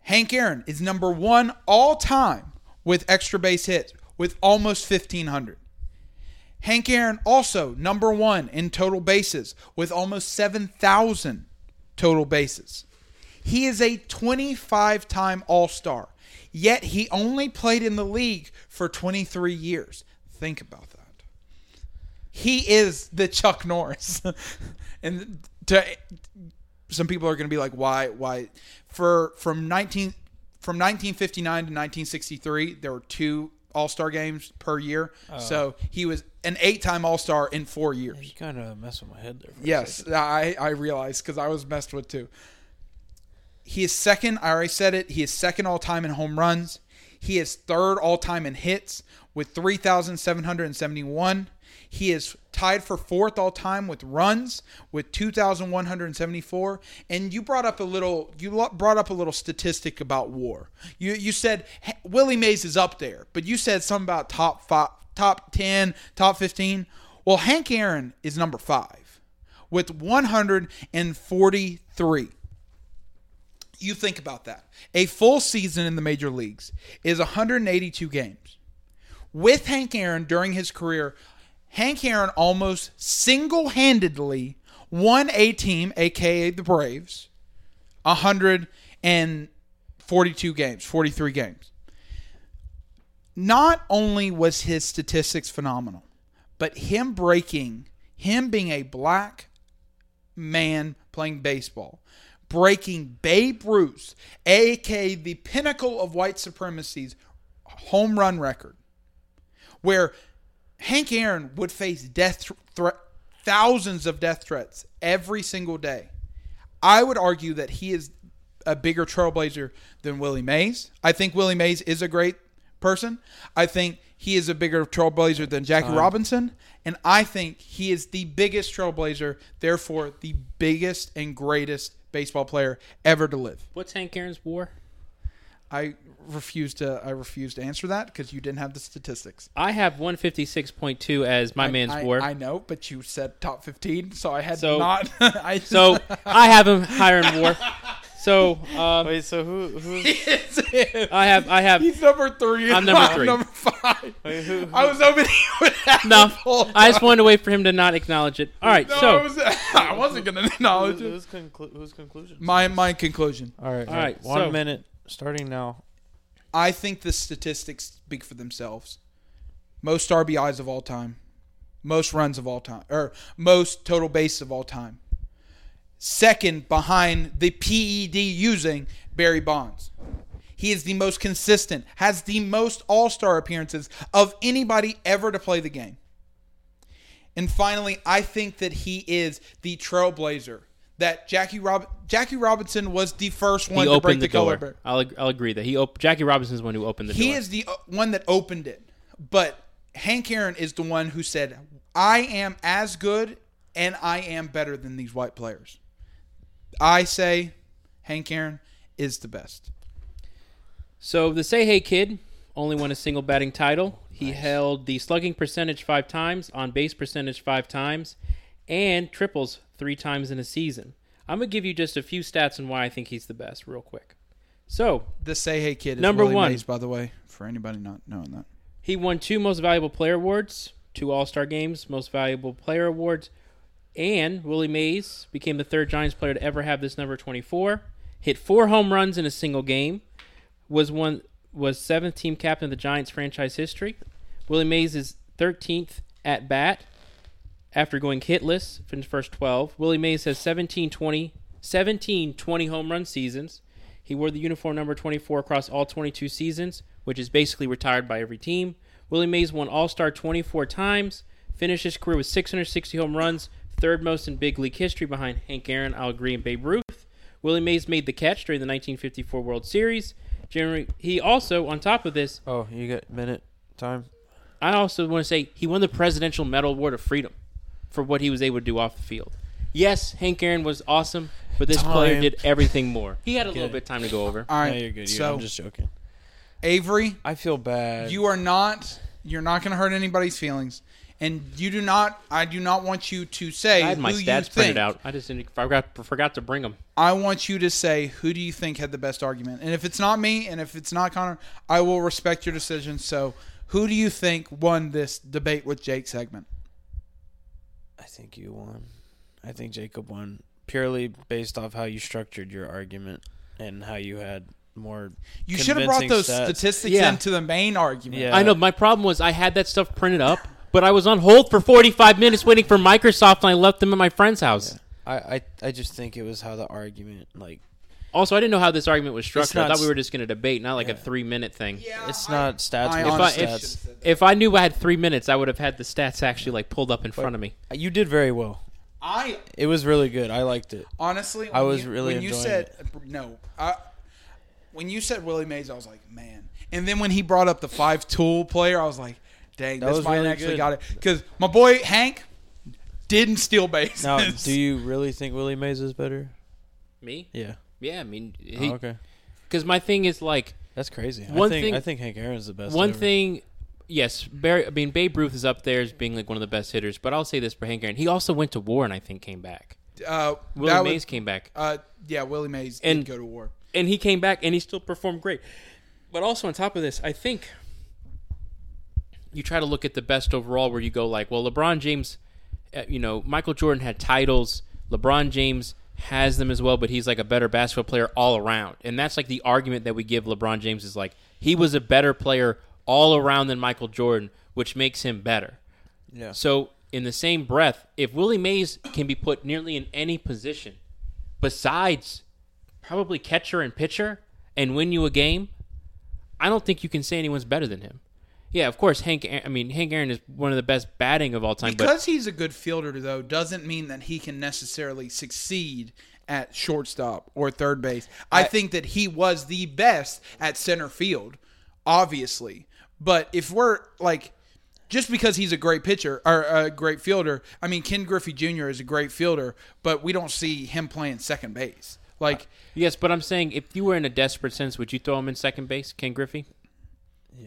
A: Hank Aaron is number one all time with extra base hits with almost 1,500. Hank Aaron also number one in total bases with almost 7,000 total bases. He is a 25 time All Star, yet he only played in the league for 23 years. Think about that. He is the Chuck Norris. and to some people are going to be like, why, why? For from nineteen from nineteen fifty nine to nineteen sixty three, there were two All Star games per year. So he was an eight time All Star in four years.
B: You kind of messed with my head there. for a second.
A: Yes, I I realized because I was messed with too. He is second. I already said it. He is second all time in home runs. He is third all time in hits with three thousand seven hundred and seventy one. He is tied for fourth all time with runs with two thousand one hundred and seventy four. And you brought up a little. You lo- brought up a little statistic about WAR. You you said "Hey, Willie Mays is up there, but you said something about top five, top ten, top fifteen. Well, Hank Aaron is number five with 143. You think about that. A full season in the major leagues is 182 games. With Hank Aaron during his career, Hank Aaron almost single handedly won a team, aka the Braves, 142 games, 43 games. Not only was his statistics phenomenal, but him breaking, him being a black man playing baseball, breaking Babe Ruth, aka the pinnacle of white supremacy's home run record, where Hank Aaron would face death threat, thousands of death threats every single day. I would argue that he is a bigger trailblazer than Willie Mays. I think Willie Mays is a great person. I think he is a bigger trailblazer than Jackie Robinson. And I think he is the biggest trailblazer, therefore, the biggest and greatest baseball player ever to live.
C: What's Hank Aaron's war?
A: I refuse to I refuse to answer that because you didn't have the statistics.
C: I have 156.2 as my man's
A: I,
C: war.
A: I know, but you said top fifteen, so I had
C: So-
A: not I
C: so I have him higher in war. So um,
B: Wait, so who who
A: it's him.
C: I have I have
A: He's number three.
C: I'm number three.
A: number five.
B: wait, who,
A: I was hoping he would have
C: no.
A: it all
C: I just
A: done.
C: wanted to wait for him to not acknowledge it. All right,
A: No,
C: so
A: I, was, I wasn't gonna
B: who,
A: acknowledge it.
B: who's conclu- whose conclusion?
A: My my conclusion.
B: all right,
C: All right,
B: One
C: so-
B: minute, starting now.
A: I think the statistics speak for themselves. Most RBIs of all time, most runs of all time, or most total bases of all time. Second behind the PED using Barry Bonds. He is the most consistent, has the most all star appearances of anybody ever to play the game. And finally, I think that he is the trailblazer. That Jackie Rob Jackie Robinson was the first one
C: he
A: to break
C: opened
A: the,
C: the,
A: color
C: door.
A: barrier.
C: I'll ag- I'll agree that he op- Jackie Robinson's the one who opened the
A: He
C: door.
A: is the uh, one that opened it. But Hank Aaron is the one who said, I am as good and I am better than these white players. I say Hank Aaron is the best.
C: So the Say Hey Kid only won a single batting title. He held the slugging percentage five times, on base percentage five times, and triples three times in a season. I'm gonna give you just a few stats on why I think he's the best, real quick. So
A: The Say Hey Kid is
C: Number
A: Willie
C: one.
A: Mays, by the way, for anybody not knowing that.
C: he won two Most Valuable Player awards, two All Star Games, Most Valuable Player awards, and Willie Mays became the third Giants player to ever have this number 24. Hit four home runs in a single game. Was one was seventh team captain of the Giants franchise history. Willie Mays is 13th at bat after going hitless from the first 12. Willie Mays has 17 20, 17 20 home run seasons. He wore the uniform number 24 across all 22 seasons, which is basically retired by every team. Willie Mays won All Star 24 times, finished his career with 660 home runs, third most in big league history behind Hank Aaron, Al Green, and Babe Ruth. Willie Mays made the catch during the 1954 World Series. Generally, he also, on top of this,
B: Oh, you got minute time.
C: I also want to say he won the Presidential Medal Award of Freedom for what he was able to do off the field. Yes, Hank Aaron was awesome, but this
B: Time.
C: player did everything more. He had a little
B: it.
C: bit of time to go over.
A: All right.
B: no, you're good. You-
A: so
B: I'm just joking.
A: Avery,
B: I feel bad.
A: you are not you're not gonna hurt anybody's feelings. And you do not I do not want you to say
C: I had my
A: who you
C: stats
A: think.
C: printed out. I just didn't, forgot forgot to bring them.
A: I want you to say who do you think had the best argument. And if it's not me and if it's not Connor, I will respect your decision. So, who do you think won this debate with Jake segment?
B: I think you won. I think Jacob won purely based off how you structured your argument and how you had more.
A: You should have brought
B: convincing
A: those
B: stats.
A: statistics
C: Yeah.
A: into the main argument.
B: Yeah.
C: I know my problem was I had that stuff printed up, but I was on hold for 45 minutes waiting for Microsoft, and I left them at my friend's house.
B: I, I, I just think it was how the argument like
C: Also, I didn't know how this argument was structured.
B: not
C: I thought we
B: s-
C: were just going to debate, not like a three-minute thing.
B: it's not stats.
A: I
B: versus
A: honestly
C: If I- if-
B: stats.
C: If I knew I had three minutes, I would have had the stats actually like pulled up in front of me.
B: You did very well.
A: I
B: It was really good. I liked it.
A: honestly,
B: I
A: when
B: was
A: you-
B: really
A: when you
B: enjoying
A: said no. I, when you said Willie Mays, I was like, man. And then when he brought up the five tool player, I was like, dang,
B: That
A: this
B: was
A: man
B: really
A: actually
B: good.
A: got it because my boy Hank didn't steal bases.
B: Now, do you really think Willie Mays is better?
C: Me?
B: Yeah.
C: Yeah, I mean,
B: Oh,
C: because
B: okay.
C: my thing is like
B: That's crazy.
C: One
B: I think
C: thing-
B: I think Hank Aaron's the best.
C: one
B: ever.
C: thing. Yes, Barry. I mean, Babe Ruth is up there as being like one of the best hitters. But I'll say this for Hank Aaron: he also went to war and I think came back.
A: uh,
C: Willie
A: that was-
C: Mays came back,
A: uh, yeah, Willie Mays
C: And-
A: did go to war.
C: and he came back, and he still performed great. But also on top of this, I think you try to look at the best overall, where you go like, well, LeBron James, uh, you know, Michael Jordan had titles. LeBron James has them as well, but he's like a better basketball player all around, and that's like the argument that we give LeBron James is like he was a better player all around than Michael Jordan, which makes him better.
B: Yeah.
C: So in the same breath, if Willie Mays can be put nearly in any position besides probably catcher and pitcher and win you a game, I don't think you can say anyone's better than him. Yeah, of course, Hank. Aaron, I mean, Hank Aaron is one of the best batting of all time. but
A: Because he's a good fielder, though, doesn't mean that he can necessarily succeed at shortstop or third base. I, think that he was the best at center field, obviously. But if we're like, just because he's a great pitcher or a great fielder, I mean, Ken Griffey Jr. is a great fielder, but we don't see him playing second base. Like,
C: yes, but I'm saying if you were in a desperate sense, would you throw him in second base, Ken Griffey?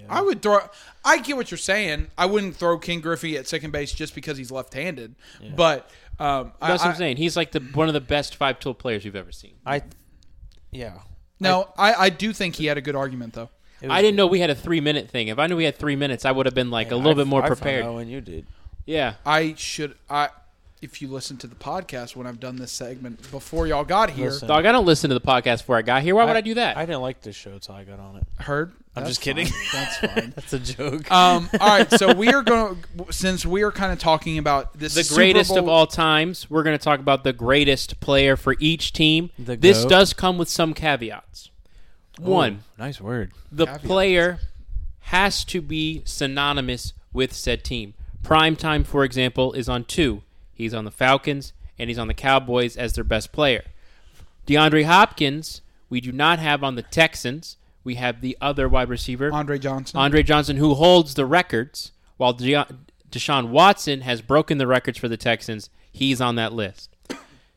A: I would throw. I get what you're saying. I wouldn't throw Ken Griffey at second base just because he's left-handed. But um, I-
C: That's what
A: I-
C: I'm saying. He's like the one of the best five tool players you've ever seen.
B: I. Yeah.
A: No, I, I do think he had a good argument though.
B: It was-
C: I didn't know we had a three minute thing. If I knew we had three minutes, I would have been like a little
B: I-
C: bit more
B: I found
C: prepared.
B: out when you did.
C: Yeah.
A: I should I if you listen to the podcast when I've done this segment before y'all got here,
B: Listen.
C: Dog, I don't listen to the podcast before I got here. Why would I do that?
B: I didn't like this show till I got on it.
A: heard. I'm
B: just kidding.
A: That's fine.
B: That's a joke.
C: Uh,
A: um, all right, so we are going to since we are kind of talking about this
C: the
A: Super
C: greatest of
A: Bowl-
C: all times. We're going to talk about the greatest player for each team.
B: The
C: this
B: GOAT.
C: does come with some caveats. One,
B: nice word.
C: the player has to be synonymous with said team. Prime time, for example, is on two. He's on the Falcons and he's on the Cowboys as their best player. DeAndre Hopkins, we do not have on the Texans. We have the other wide receiver,
A: Andre Johnson.
C: Andre Johnson, who holds the records, while De- Deshaun Watson has broken the records for the Texans. He's on that list.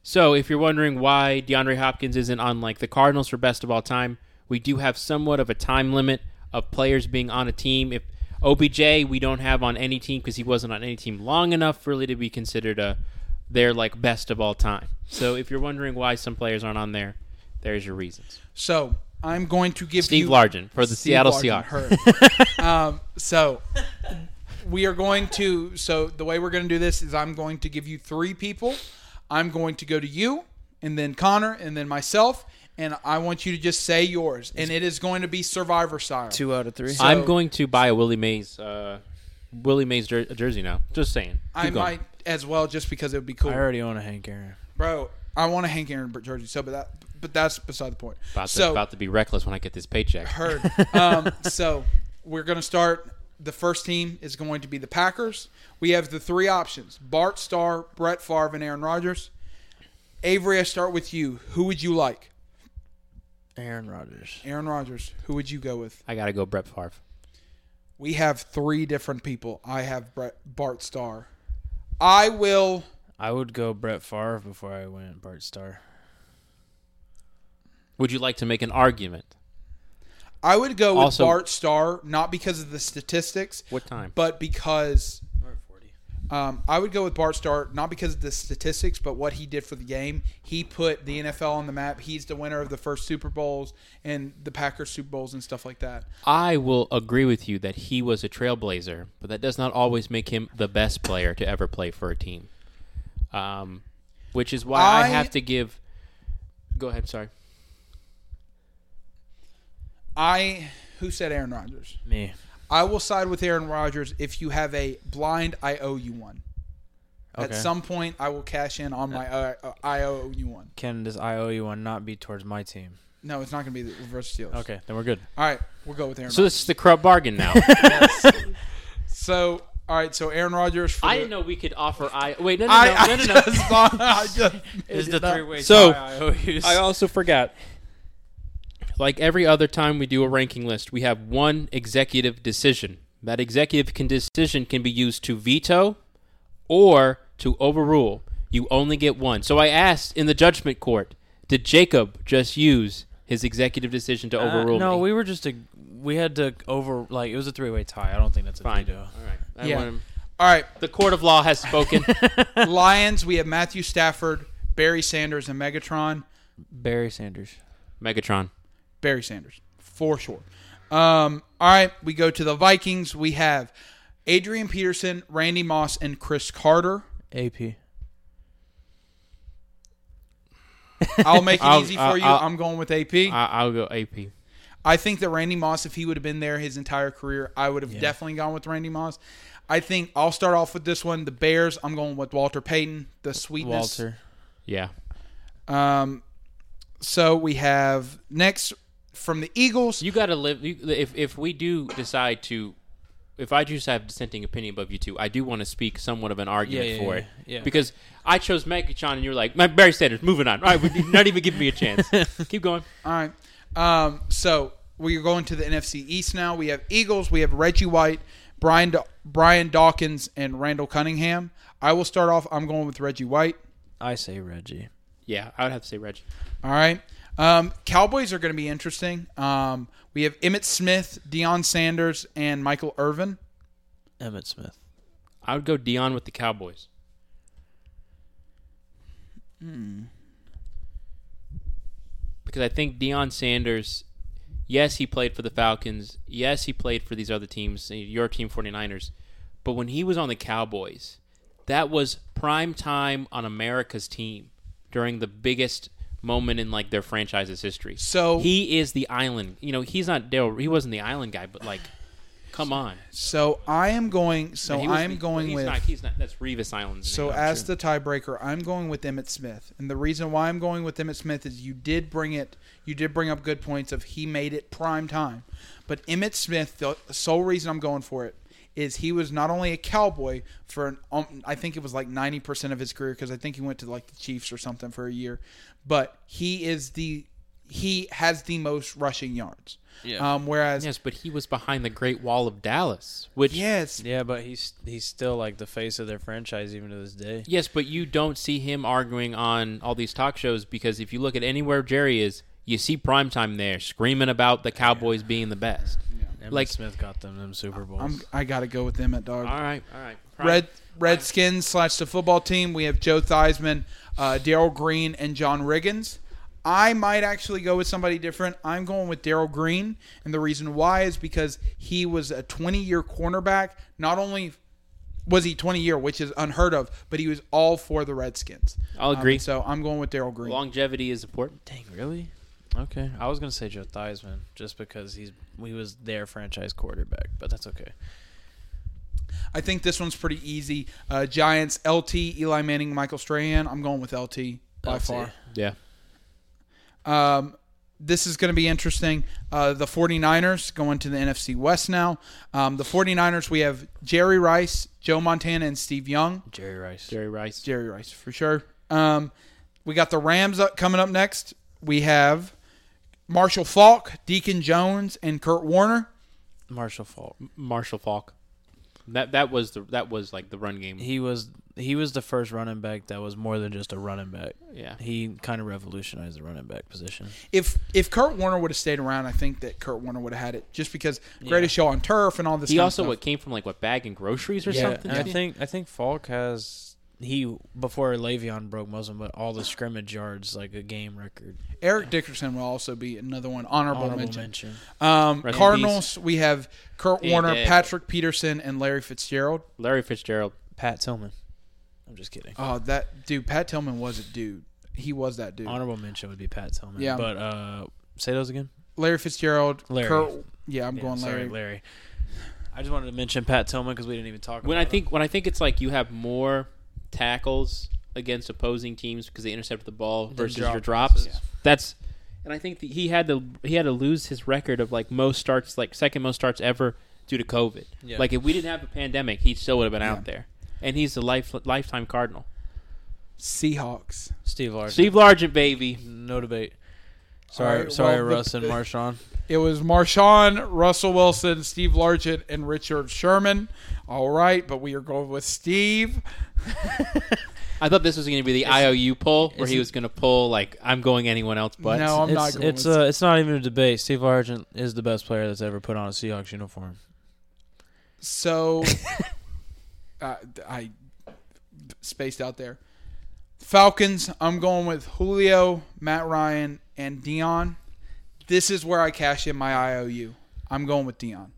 C: So if you're wondering why DeAndre Hopkins isn't on like the Cardinals for best of all time, we do have somewhat of a time limit of players being on a team. If OBJ, we don't have on any team because he wasn't on any team long enough really to be considered a their like best of all time. So if you're wondering why some players aren't on there, there's your reasons.
A: so, I'm going to give
C: Steve
A: you
C: Largent for the
A: Steve
C: Seattle
A: Largent,
C: Seahawks.
A: her. um, so we are going to. So the way we're going to do this is I'm going to give you three people. I'm going to go to you, and then Connor, and then myself, and I want you to just say yours, and it is going to be Survivor style.
C: uh,
B: Two out of three.
A: So-
C: I'm going to buy a Willie Mays uh, Willie Mays jer- jersey now. Just saying. Keep
A: I
C: going.
A: might as well just because it would be
B: I
A: cool,
B: already own a Hank Aaron.
A: bro. I want a Hank Aaron jersey, so but that but that's beside the point.
C: about to,
A: so
C: about to be reckless when I get this paycheck.
A: heard. um, so we're going to start. The first team is going to be the Packers. We have the three options: Bart Starr, Brett Favre, and Aaron Rodgers. Avery, I start with you. Who would you like?
B: Aaron Rodgers.
A: Aaron Rodgers. Who would you go with?
C: I gotta go Brett Favre.
A: We have three different people. I have Brett, Bart Starr. I will.
B: I would go Brett Favre before I went Bart Starr.
C: Would you like to make an argument?
A: I would go with
C: Also-
A: Bart Starr, not because of the statistics,
C: What time?
A: but because Um, I would go with Bart Starr, not because of the statistics, but what he did for the game. He put the NFL on the map. He's the winner of the first Super Bowls and the Packers Super Bowls and stuff like that.
C: I will agree with you that he was a trailblazer, but that does not always make him the best player to ever play for a team. Um, which is why I,
A: I-
C: have to give. Go ahead. Sorry.
A: I who said Aaron Rodgers?
B: Me.
A: I will side with Aaron Rodgers if you have a blind I owe you one. At
B: Okay.
A: some point, I will cash in on my uh, uh, IOU one.
B: Can this IOU one not be towards my team?
A: No, it's not going to be the reverse Steelers.
B: Okay, then we're good.
A: All right, we'll go with Aaron.
C: So
A: So,
C: this is the corrupt bargain now.
A: so all right, so Aaron Rodgers. For
C: I
A: the-
C: didn't know we could offer. I wait, no, no, no,
A: I, I
C: no, no, no.
A: just thought- I just
B: Is
A: made
B: the
A: it up.
B: three way
C: So-
B: IOUs?
C: I also forgot. Like every other time we do a ranking list, we have one executive decision. That executive can decision can be used to veto or to overrule. You only get one. So I asked in the judgment court, did Jacob just use his executive decision to
B: Uh,
C: overrule
B: no,
C: me?
B: we were just a we had to over like it was a three way tie. I don't think that's a
C: Fine.
B: veto.
C: All right. I
A: Yeah.
C: wanna-
A: All right,
C: The court of law has spoken.
A: Lions. We have Matthew Stafford, Barry Sanders, and Megatron.
B: Barry Sanders.
C: Megatron.
A: Barry Sanders for sure. Um, all right, we go to the Vikings. We have Adrian Peterson, Randy Moss, and Chris Carter.
B: AP.
A: I'll make it
C: I'll-
A: easy for
C: I'll-
A: you.
C: I'll-
A: I'm going with AP.
C: I- I'll go AP.
A: I think that Randy Moss, if he would have been there his entire career, I would have definitely gone with Randy Moss. I think I'll start off with this one. The Bears, I'm going with Walter Payton, the sweetness.
B: Walter.
C: Yeah.
A: Um, so we have next from the Eagles.
C: You got to live. You, if if we do decide to, if I do decide to have dissenting opinion above you two, I do want to speak somewhat of an argument
B: Yeah, yeah,
C: for
B: yeah,
C: it.
B: yeah.
C: Because I chose Megatron, and you're like my Barry Sanders. Moving on. All right, would you not even give me a chance. Keep going.
A: All right. Um, so we're going to the NFC East now. We have Eagles. We have Reggie White, Brian Da- Brian Dawkins, and Randall Cunningham. I will start off. I'm going with Reggie White.
B: I say Reggie.
C: Yeah, I would have to say Reggie.
A: All right. Um, Cowboys are going to be interesting. Um, we have Emmett Smith, Deion Sanders, and Michael Irvin.
B: Emmett Smith.
C: I would go Dion with the Cowboys. Because I think Deion Sanders, yes, he played for the Falcons. Yes, he played for these other teams, your team 49ers. But when he was on the Cowboys, that was prime time on America's team during the biggest moment in like their franchise's history.
A: So-
C: he is the island. You know, he's not Dale. He wasn't the island guy, but like, come on.
A: So I am going. So
C: He was
A: I am
C: the-
A: going
C: he's
A: with.
C: Not, he's not. That's Revis Island.
A: So as the tiebreaker, I'm going with Emmett Smith, and the reason why I'm going with Emmett Smith is you did bring it. You did bring up good points of he made it prime time, but Emmett Smith, the sole reason I'm going for it is he was not only a cowboy for an um, I think it was like 90% of his career because I think he went to like the Chiefs or something for a year, but he is the he has the most rushing yards.
B: Yeah.
A: Um, whereas
C: yes, but he was behind the Great Wall of Dallas, which
A: yes,
B: Yeah, but he's he's still like the face of their franchise even to this day.
C: yes, but you don't see him arguing on all these talk shows because if you look at anywhere Jerry is, you see primetime there screaming about the Cowboys being the best.
B: Emmett
C: Like-
B: Smith got them them Super Bowls.
A: I'm, I got to go with Emmett dog.
C: All right, all right. Prime-
A: Red Redskins slash the football team. We have Joe Theismann, uh, Daryl Green, and John Riggins. I might actually go with somebody different. I'm going with Daryl Green, and the reason why is because he was a 20 year cornerback. Not only was he 20 year, which is unheard of, but he was all for the Redskins. Um,
C: I'll agree.
A: so I'm going with Daryl Green.
C: Longevity is important.
B: Dang, really? Okay, I was gonna say Joe Theismann just because he's he was their franchise quarterback, but that's okay.
A: I think this one's pretty easy. Uh, Giants LT, Eli Manning, Michael Strahan. I'm going with LT by
B: LT.
A: far.
C: Yeah.
A: Um, this is going to be interesting. Uh, the 49ers going to the NFC West now. Um, the 49ers, we have Jerry Rice, Joe Montana, and Steve Young.
B: Jerry Rice.
C: Jerry Rice.
A: Jerry Rice, for sure. Um, we got the Rams up, coming up next. We have Marshall Falk, Deacon Jones, and Kurt Warner.
B: Marshall Falk.
C: Marshall Falk. That that was the that was like the run game.
B: He was he was the first running back that was more than just a running back.
C: Yeah.
B: He kind of revolutionized the running back position.
A: If if Kurt Warner would have stayed around, I think that Kurt Warner would have had it just because greatest show on turf and all this.
C: He
A: kind of
C: also
A: stuff.
C: what came from like what bagging groceries or something.
B: and I
C: Yeah.
B: think I think Falk has he before Le'Veon broke Muslim, but all the scrimmage yards like a game record.
A: Eric Dickerson will also be another one honorable,
B: Honorable
A: mention.
B: mention.
A: Um,
C: Rest in
A: Cardinals, we have Kurt
C: Dang
A: Warner,
C: it.
A: Patrick Peterson, and Larry Fitzgerald.
C: Larry Fitzgerald.
B: Pat Tillman. I'm just kidding.
A: Oh, that dude, Pat Tillman was a dude. He was that dude.
B: Honorable mention would be Pat Tillman.
A: Yeah.
B: But uh, say those again.
A: Larry Fitzgerald.
B: Larry.
A: Kurt, yeah, I'm going
B: sorry,
A: Larry.
B: Larry. I just wanted to mention Pat Tillman because we didn't even talk.
C: when
B: about
C: I think when I think it's like you have more tackles against opposing teams because they intercepted the ball versus
B: drop
C: your drops.
B: passes.
C: That's and I think the, he had to he had to lose his record of like most starts, like second most starts ever due to COVID.
B: Yeah.
C: Like if we didn't have a pandemic, he still would have been out there. And he's a life, lifetime Cardinal.
A: Seahawks.
B: Steve Largent.
C: Steve Largent, baby.
B: no debate. Sorry,
A: All right,
B: sorry,
A: well, uh, the-
B: Russ and Marshawn.
A: It was Marshawn, Russell Wilson, Steve Largent, and Richard Sherman. All right, but we are going with Steve.
C: I thought this was going to be the IOU poll where he
B: isn't-
C: was going to pull like I'm going anyone else but.
A: No, I'm not
B: It's
A: going
B: it's
A: with
B: uh, it's not even a debate. Steve Largent is the best player that's ever put on a Seahawks uniform.
A: So, uh, I spaced out there. Falcons. I'm going with Julio, Matt Ryan, and Dion. This is where I cash in my IOU. I'm going with Dion.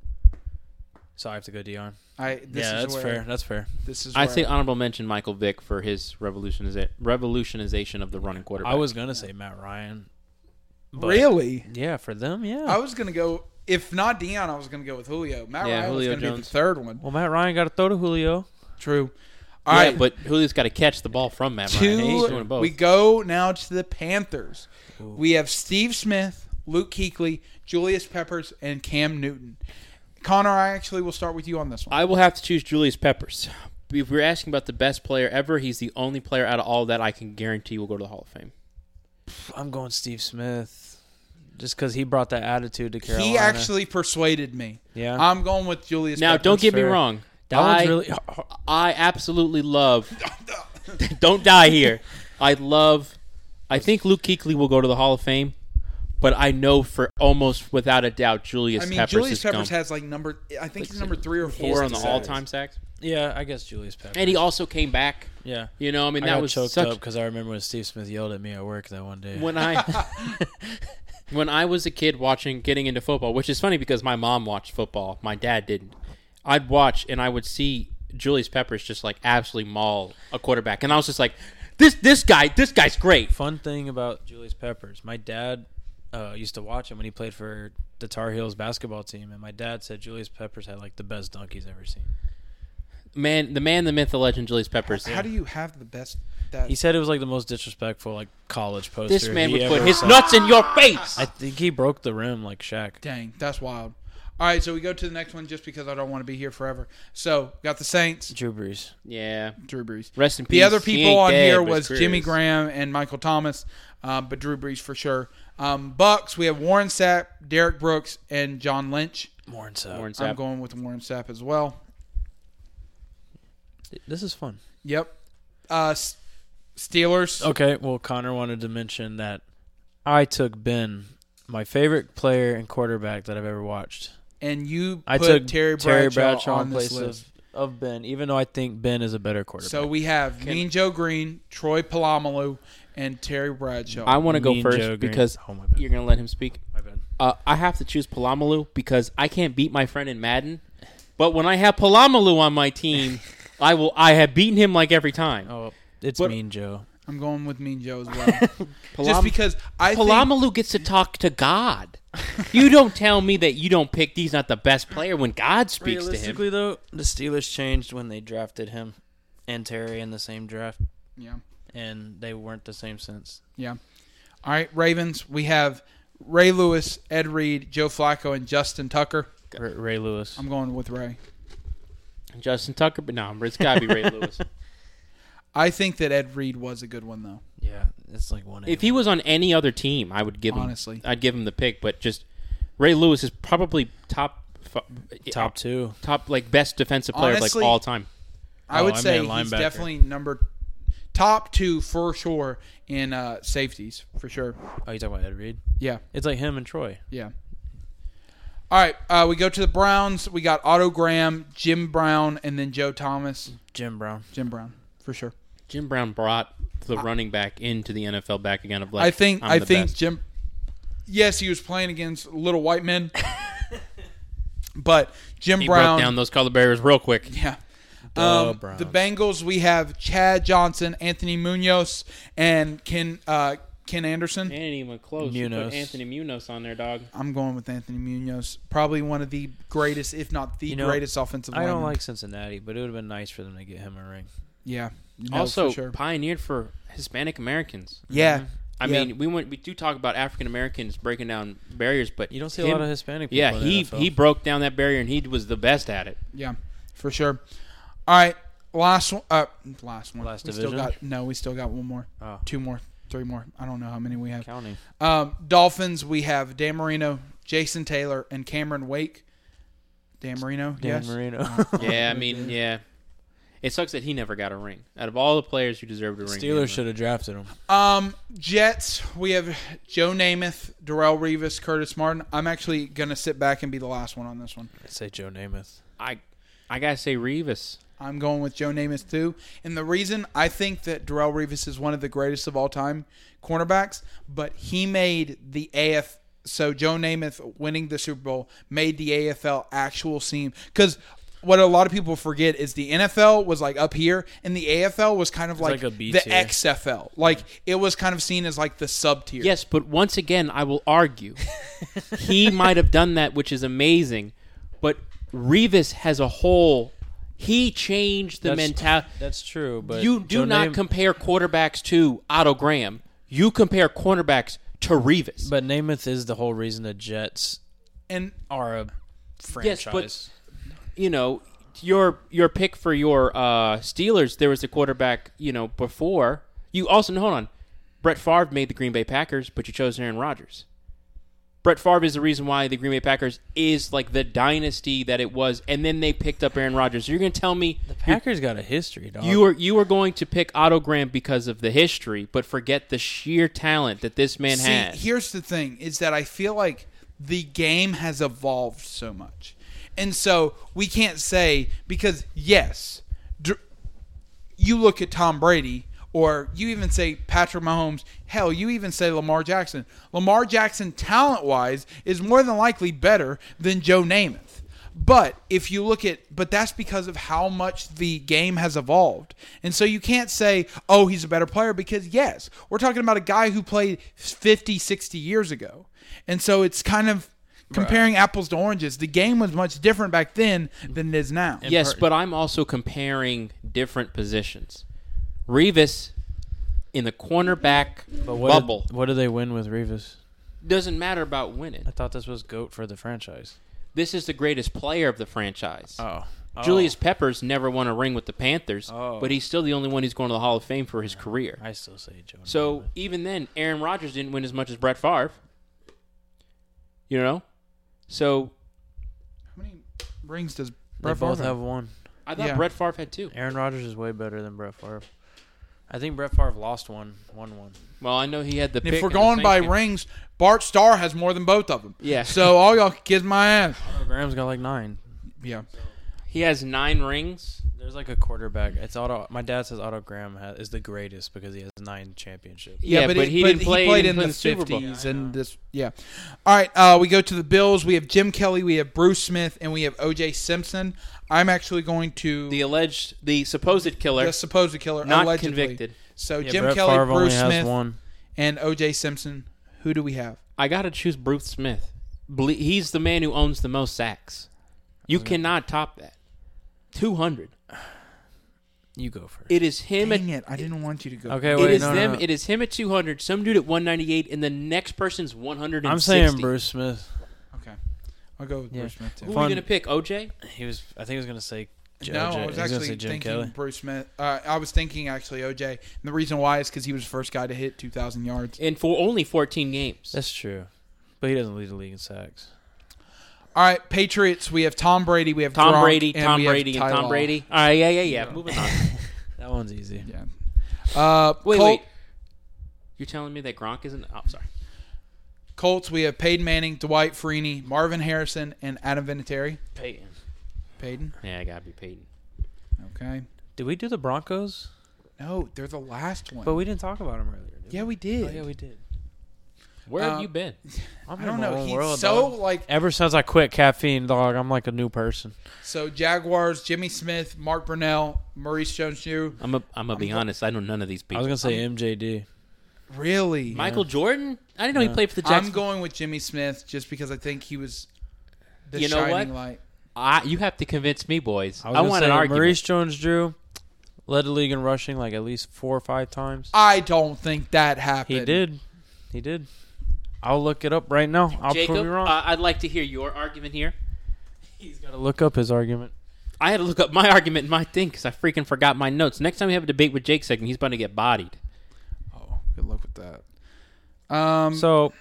B: So I have to go Dion.
A: I this
B: Yeah,
A: is
B: that's
A: where,
B: fair. That's fair.
A: This is where
C: I say honorable mention Michael Vick for his revolutioniza- revolutionization of the running quarterback.
B: I was gonna say Matt Ryan. but-
A: really.
B: Yeah, for them, yeah.
A: I was gonna go if not Dion. I was gonna go with Julio. Matt
C: Yeah,
A: Ryan
C: Julio
A: was gonna be
C: Jones.
A: the third one.
B: well, Matt Ryan got a throw to Julio.
A: True. All
C: yeah,
A: right,
C: but Julio's got to catch the ball from Matt Ryan. He's doing
A: two.
C: both.
A: We go now to the Panthers. We have Steve Smith, Luke Kuechly, Julius Peppers, and Cam Newton. Connor, I actually will start with you on this one.
C: I will have to choose Julius Peppers. If we're asking about the best player ever, he's the only player out of all that I can guarantee will go to the Hall of Fame.
B: I'm going Steve Smith, just because he brought that attitude to Carolina.
A: he actually persuaded me.
B: Yeah.
A: I'm going with Julius.
C: Now,
A: Peppers.
C: don't get me
B: fair.
C: wrong.
B: that one's
C: I-
B: really.
C: I absolutely love. don't die here. I love. I think Luke Kuechly will go to the Hall of Fame, but I know for almost without a doubt Julius
A: I mean,
C: Peppers
A: Julius
C: is
A: Peppers
C: gone.
A: has like number. I think he's number three or four
C: four
A: in
C: on the
A: sacks.
C: all-time sacks,
B: Yeah, I guess Julius Peppers.
C: and he also came back.
B: yeah,
C: You know, I mean,
B: I
C: that
B: got
C: was
B: choked
C: such
B: up because I remember when Steve Smith yelled at me at work that one day.
C: when I when I was a kid watching getting into football, which is funny because my mom watched football, my dad didn't. I'd watch and I would see Julius Peppers just like absolutely maul a quarterback, and I was just like, this this guy this guy's great.
B: Fun thing about Julius Peppers, my dad uh, used to watch him when he played for the Tar Heels basketball team, and my dad said Julius Peppers had like the best dunk he's ever seen.
C: Man, the man, the myth, the legend, Julius Peppers.
A: How do you have the best? That
B: He said it was like the most disrespectful like college poster.
C: this man
B: he
C: would
B: ever
C: put his
B: saw.
C: nuts in your face.
B: I think he broke the rim like Shaq.
A: dang, that's wild. All right, so we go to the next one just because I don't want to be here forever. So got the Saints,
B: Drew Brees.
C: yeah,
A: Drew Brees.
C: rest in peace.
A: The other
C: He
A: people
C: ain't
A: on
C: dead,
A: here
C: but his
A: was
C: career
A: Jimmy
C: is-
A: Graham and Michael Thomas, um, but Drew Brees for sure. Um, Bucks, we have Warren Sapp, Derek Brooks, and John Lynch.
B: Warren Sapp.
C: Warren
A: I'm
C: Sapp.
A: going with Warren Sapp as well.
B: This is fun.
A: Yep. Uh, S- Steelers.
B: Okay, well, Connor wanted to mention that I took Ben, my favorite player and quarterback that I've ever watched.
A: And you put
B: I took
A: Terry Bradshaw, on
B: in
A: this
B: place
A: list.
B: of, of Ben, even though I think Ben is a better quarterback.
A: So we have Mean Joe Green, Troy Polamalu, and Terry Bradshaw.
C: I want to go
B: Mean
C: first
B: Joe Green.
C: because
B: Oh, my bad.
C: you're gonna let him speak.
B: my bad.
C: Uh, I have to choose Palamalu because I can't beat my friend in Madden. But when I have Palamalu on my team, I will. I have beaten him like every time.
B: Oh, it's
C: What-
B: Mean Joe.
A: I'm going with Mean Joe as well.
C: Palam-
A: Just because I think
C: Palamalu gets to talk to God. you don't tell me that you don't pick. He's not the best player when God speaks to him.
B: Realistically, though, the Steelers changed when they drafted him and Terry in the same draft,
A: yeah.
B: and they weren't the same since.
A: Yeah. All right, Ravens. We have Ray Lewis, Ed Reed, Joe Flacco, and Justin Tucker.
B: R- Ray Lewis.
A: I'm going with Ray.
C: Justin Tucker, but no, it's got to be Ray Lewis.
A: I think that Ed Reed was a good one though.
B: yeah, it's like one.
C: If he was on any other team, I would give him.
A: Honestly.
C: I'd give him the pick. But just Ray Lewis is probably top f-
B: top two,
C: top like best defensive player of,
A: Honestly,
C: like all time.
A: I
B: Oh,
A: would
B: I
A: say
B: meant
A: he's
B: linebacker.
A: definitely number top two for sure in uh, safeties for sure.
B: oh, you talking about Ed Reed?
A: Yeah,
B: It's like him and Troy.
A: yeah. All right, uh, we go to the Browns. We got Otto Graham, Jim Brown, and then Joe Thomas.
B: Jim Brown.
A: Jim Brown for sure.
C: Jim Brown brought the running back into the NFL back again of like
A: I think
C: I'm
A: i
C: the
A: think
C: best.
A: Jim. Yes, he was playing against little white men, but Jim
C: he
A: Brown.
C: broke down those color barriers real quick.
A: Yeah.
B: Duh,
A: Um,
B: Browns.
A: the Bengals, we have Chad Johnson, Anthony Munoz, and Ken uh, Ken Anderson.
C: ain't even close.
B: You put Munoz. Anthony
C: Munoz on there, dog.
A: I'm going with Anthony Munoz. Probably one of the greatest, if not the
B: You know,
A: greatest, offensive.
B: I don't
A: linemen.
B: like Cincinnati, but it would have been nice for them to get him a ring.
A: Yeah. No,
C: also
A: for sure.
C: pioneered for Hispanic Americans.
A: yeah.
B: Mm-hmm.
C: I
A: Yeah.
C: mean, we went, we do talk about African Americans breaking down barriers, but
B: You don't see a
C: him-
B: lot of Hispanic people.
C: Yeah,
B: in the
C: he
B: NFL.
C: he broke down that barrier and he was the best at it.
A: Yeah, for sure. All right, last one. Uh, last one.
B: Last
A: we Still
B: division?
A: got, no, we still got one more,
B: Oh.
A: two more, three more. I don't know how many we have.
B: counting.
A: Um, Dolphins. We have Dan Marino, Jason Taylor, and Cameron Wake. Dan Marino.
B: Dan
A: yes.
B: Marino.
C: Yeah, I mean, yeah. It sucks that he never got a ring. Out of all the players who deserved a ring, he never-
B: Steelers should have drafted him.
A: Um, Jets. We have Joe Namath, Darrell Revis, Curtis Martin. I'm actually gonna sit back and be the last one on this one.
B: I'd say Joe Namath.
C: I I gotta say Revis.
A: I'm going with Joe Namath too. And the reason I think that Darrell Revis is one of the greatest of all time cornerbacks, but he made the AF. So Joe Namath winning the Super Bowl made the AFL actual seem because what a lot of people forget is the NFL was like up here and the AFL was kind of like,
B: like a B
A: the
B: tier.
A: XFL. Like it was kind of seen as like the sub tier.
C: Yes, but once again, I will argue he might have done that, which is amazing. But Revis has a whole. He changed the
B: That's-
C: mentality.
B: That's true, but
C: You do
B: Joe
C: not
B: Nam-
C: compare quarterbacks to Otto Graham. You compare cornerbacks to Revis.
B: But Namath is the whole reason the Jets
A: And
B: are a franchise.
C: you know your your pick for your uh, Steelers. There was a quarterback. You know before you also no, hold on. Brett Favre made the Green Bay Packers, but you chose Aaron Rodgers. Brett Favre is the reason why the Green Bay Packers is like the dynasty that it was, and then they picked up Aaron Rodgers. You're going to tell me
B: the Packers got a history, dog.
C: you are you are going to pick Otto Graham because of the history, but forget the sheer talent that this man
A: See,
C: has.
A: here's the thing is that I feel like the game has evolved so much. And so we can't say because yes, dr- you look at Tom Brady or you even say Patrick Mahomes, hell, you even say Lamar Jackson. Lamar Jackson talent-wise is more than likely better than Joe Namath. But if you look at but that's because of how much the game has evolved. And so you can't say, "Oh, he's a better player" because yes, we're talking about a guy who played 50, 60 years ago. And so it's kind of comparing apples to oranges. The game was much different back then than it is now.
C: yes, but I'm also comparing different positions. Revis in the cornerback
B: but what
C: bubble
B: Did, what do they win with Revis?
C: doesn't matter about winning.
B: I thought this was goat for the franchise.
C: This is the greatest player of the franchise.
B: Oh,
C: Julius Peppers never won a ring with the Panthers,
B: Oh.
C: but he's still the only one who's going to the Hall of Fame for his career.
B: I still say Joe.
C: So even then, Aaron Rodgers didn't win as much as Brett Favre. You know, so
A: How many rings does
B: Namath. they
A: Brett
B: both
A: Favre
B: have one.
C: I thought
A: Yeah.
C: Brett Favre had two.
B: Aaron Rodgers is way better than Brett Favre. I think Brett Favre lost one, one, one.
C: Well, I know he had the.
A: And
C: pick
A: if we're
C: and the
A: going
C: Saints
A: by
C: game.
A: rings, Bart Starr has more than both of them.
C: Yeah.
A: So all y'all can kiss my ass.
B: Oh, Graham's got like nine.
A: Yeah.
C: he has nine rings.
B: There's like a quarterback. It's auto. My dad says Auto Graham ha is the greatest because he has nine championships.
C: Yeah, but, he didn't play he didn't play the Super Bowl.
A: and this. Yeah. All right. Uh, we go to the Bills. We have Jim Kelly. We have Bruce Smith, and we have O.J. Simpson. I'm actually going to
C: The alleged, the supposed killer.
A: the supposed killer,
C: not
A: allegedly.
C: convicted.
A: So
B: Yeah,
A: Jim
B: Brett
A: Kelly,
B: Favre only
A: Bruce
B: has
A: Smith,
B: one.
A: and O.J. Simpson. Who do we have?
C: I gotta choose Bruce Smith. Ble- He's the man who owns the most sacks. You cannot top that. Two hundred.
B: You go first.
C: It is him
A: Dang
C: at.
A: it! I didn't want you to go.
B: okay,
C: It
B: wait,
C: is
B: no, no,
C: them.
B: no.
C: It is him at two hundred. Some dude at one ninety eight, and the next person's one hundred.
B: I'm saying Bruce Smith.
A: Okay. I'll go with
B: Yeah.
A: Bruce Smith too.
C: Who are
B: Fun-
C: you gonna pick? OJ.
B: He was. I think he was gonna say. Joe,
A: No,
B: Joe-
A: I
B: he
A: was
B: gonna
A: actually
B: say Jim
A: thinking
B: Kelly.
A: Bruce Smith. Uh, I was thinking actually OJ. And the reason why is because he was the first guy to hit 2,000 yards.
C: And for only fourteen games.
B: That's true, but he doesn't lead the league in sacks.
A: All right, Patriots. We have Tom Brady. We have
C: Tom
A: Gronk,
C: Brady,
A: and
C: Tom
A: we have
C: Brady,
A: Ty
C: and Tom
A: Law.
C: Brady. All right, yeah, yeah, yeah. Moving on.
B: That one's easy.
A: Yeah. Uh,
C: Wait,
A: Col-
C: wait. You're telling me that Gronk isn't? Oh, sorry.
A: Colts. We have Peyton Manning, Dwight Freeney, Marvin Harrison, and Adam Vinatieri.
C: Peyton.
A: Peyton.
C: Yeah, I gotta be Peyton.
A: Uh, Okay.
B: Did we do the Broncos?
A: No, they're the last one.
B: But we didn't talk about him earlier. Did
A: yeah, we
B: we?
A: did.
B: Oh, yeah, we did.
C: Where have
A: Um,
C: you been?
B: I'm
A: I
B: in
A: don't
B: my
A: know.
B: own
A: He's
B: world,
A: so
B: dog.
A: like
B: Ever since I quit caffeine, dog, I'm like a new person.
A: so. Jaguars. Jimmy Smith, Mark Brunell, Maurice Jones-Drew.
C: I'm a, I'm gonna be honest. I know none of these
B: I
C: people.
B: was gonna say MJD.
A: Really?
C: Michael Jordan. I didn't know he played for the
A: I'm
C: Jacksonville.
A: going with Jimmy Smith just because I think he was the
C: You know
A: shining
C: what?
A: light.
C: I, you have to convince me, boys.
B: I
C: I,
B: was gonna
C: want
B: say
C: an argument.
B: Maurice Jones-Drew. Led the league in rushing like at least four or five times.
A: I don't think that happened.
B: He did. He did. I'll look it up right now. I'll prove
C: Jacob,
B: you wrong.
C: uh, I'd like to hear your argument here.
B: He's got to look up his argument.
C: I had to look up my argument and my thing because I freaking forgot my notes. Next time we have a debate with Jake segment, he's about to get bodied.
A: Oh, good luck with that. Um,
B: So,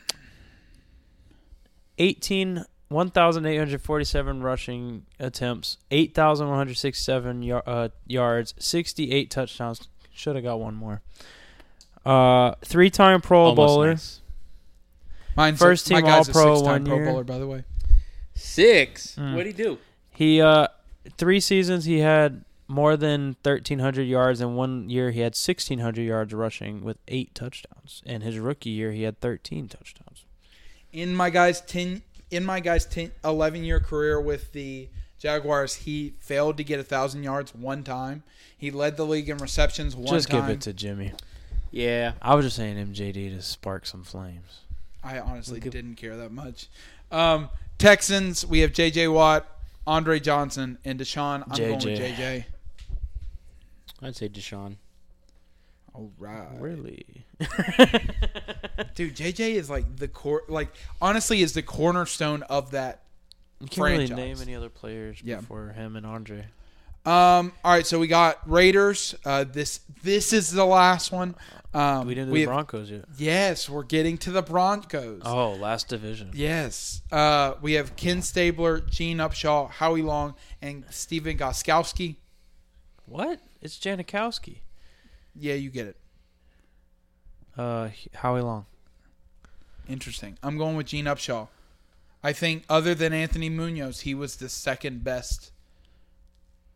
B: 18, 1,847 rushing attempts, 8,167 yar- uh, yards, 68 touchdowns. Should have got one more. Uh, three time Pro
C: Almost
B: Bowler.
C: nice.
A: mine's
B: first
A: my
B: team
A: guy's a
B: All-Pro
A: six-time
B: one
A: Pro
B: year.
A: Bowler, by the way.
C: Six.
B: Mm.
C: What'd he do?
B: He, uh, three seasons he had more than 1,300 yards, and one year he had 1,600 yards rushing with eight touchdowns. And his rookie year, he had 13 touchdowns.
A: in my guy's 10 in my guy's 10, 11 year career with the Jaguars, he failed to get a thousand yards one time. He led the league in receptions one
B: just
A: time.
B: give it to Jimmy.
C: Yeah.
B: I was just saying MJD to spark some flames.
A: I honestly
C: Give-
A: didn't care that much. Um, Texans, we have JJ Watt, Andre Johnson, and Deshaun. I'm going with
B: JJ.
A: JJ.
C: I'd say Deshaun.
A: All right.
B: Really?
A: Dude, JJ is like the core like honestly is the cornerstone of that.
B: You can't
A: Franchise.
B: really name any other players
A: Yeah.
B: before him and Andre.
A: Um all right, so we got Raiders. Uh this this is the last one. Um
B: We didn't do
A: we
B: the
A: have-
B: Broncos yet.
A: Yes, we're getting to the Broncos.
B: Oh, last division.
A: Yes. Uh, we have Ken Stabler, Gene Upshaw, Howie Long, and Steven Goskowski.
B: What? It's Janikowski.
A: Yeah, you get it.
B: Uh, H- Howie Long.
A: Interesting. I'm going with Gene Upshaw. I think, other than Anthony Munoz, he was the second best.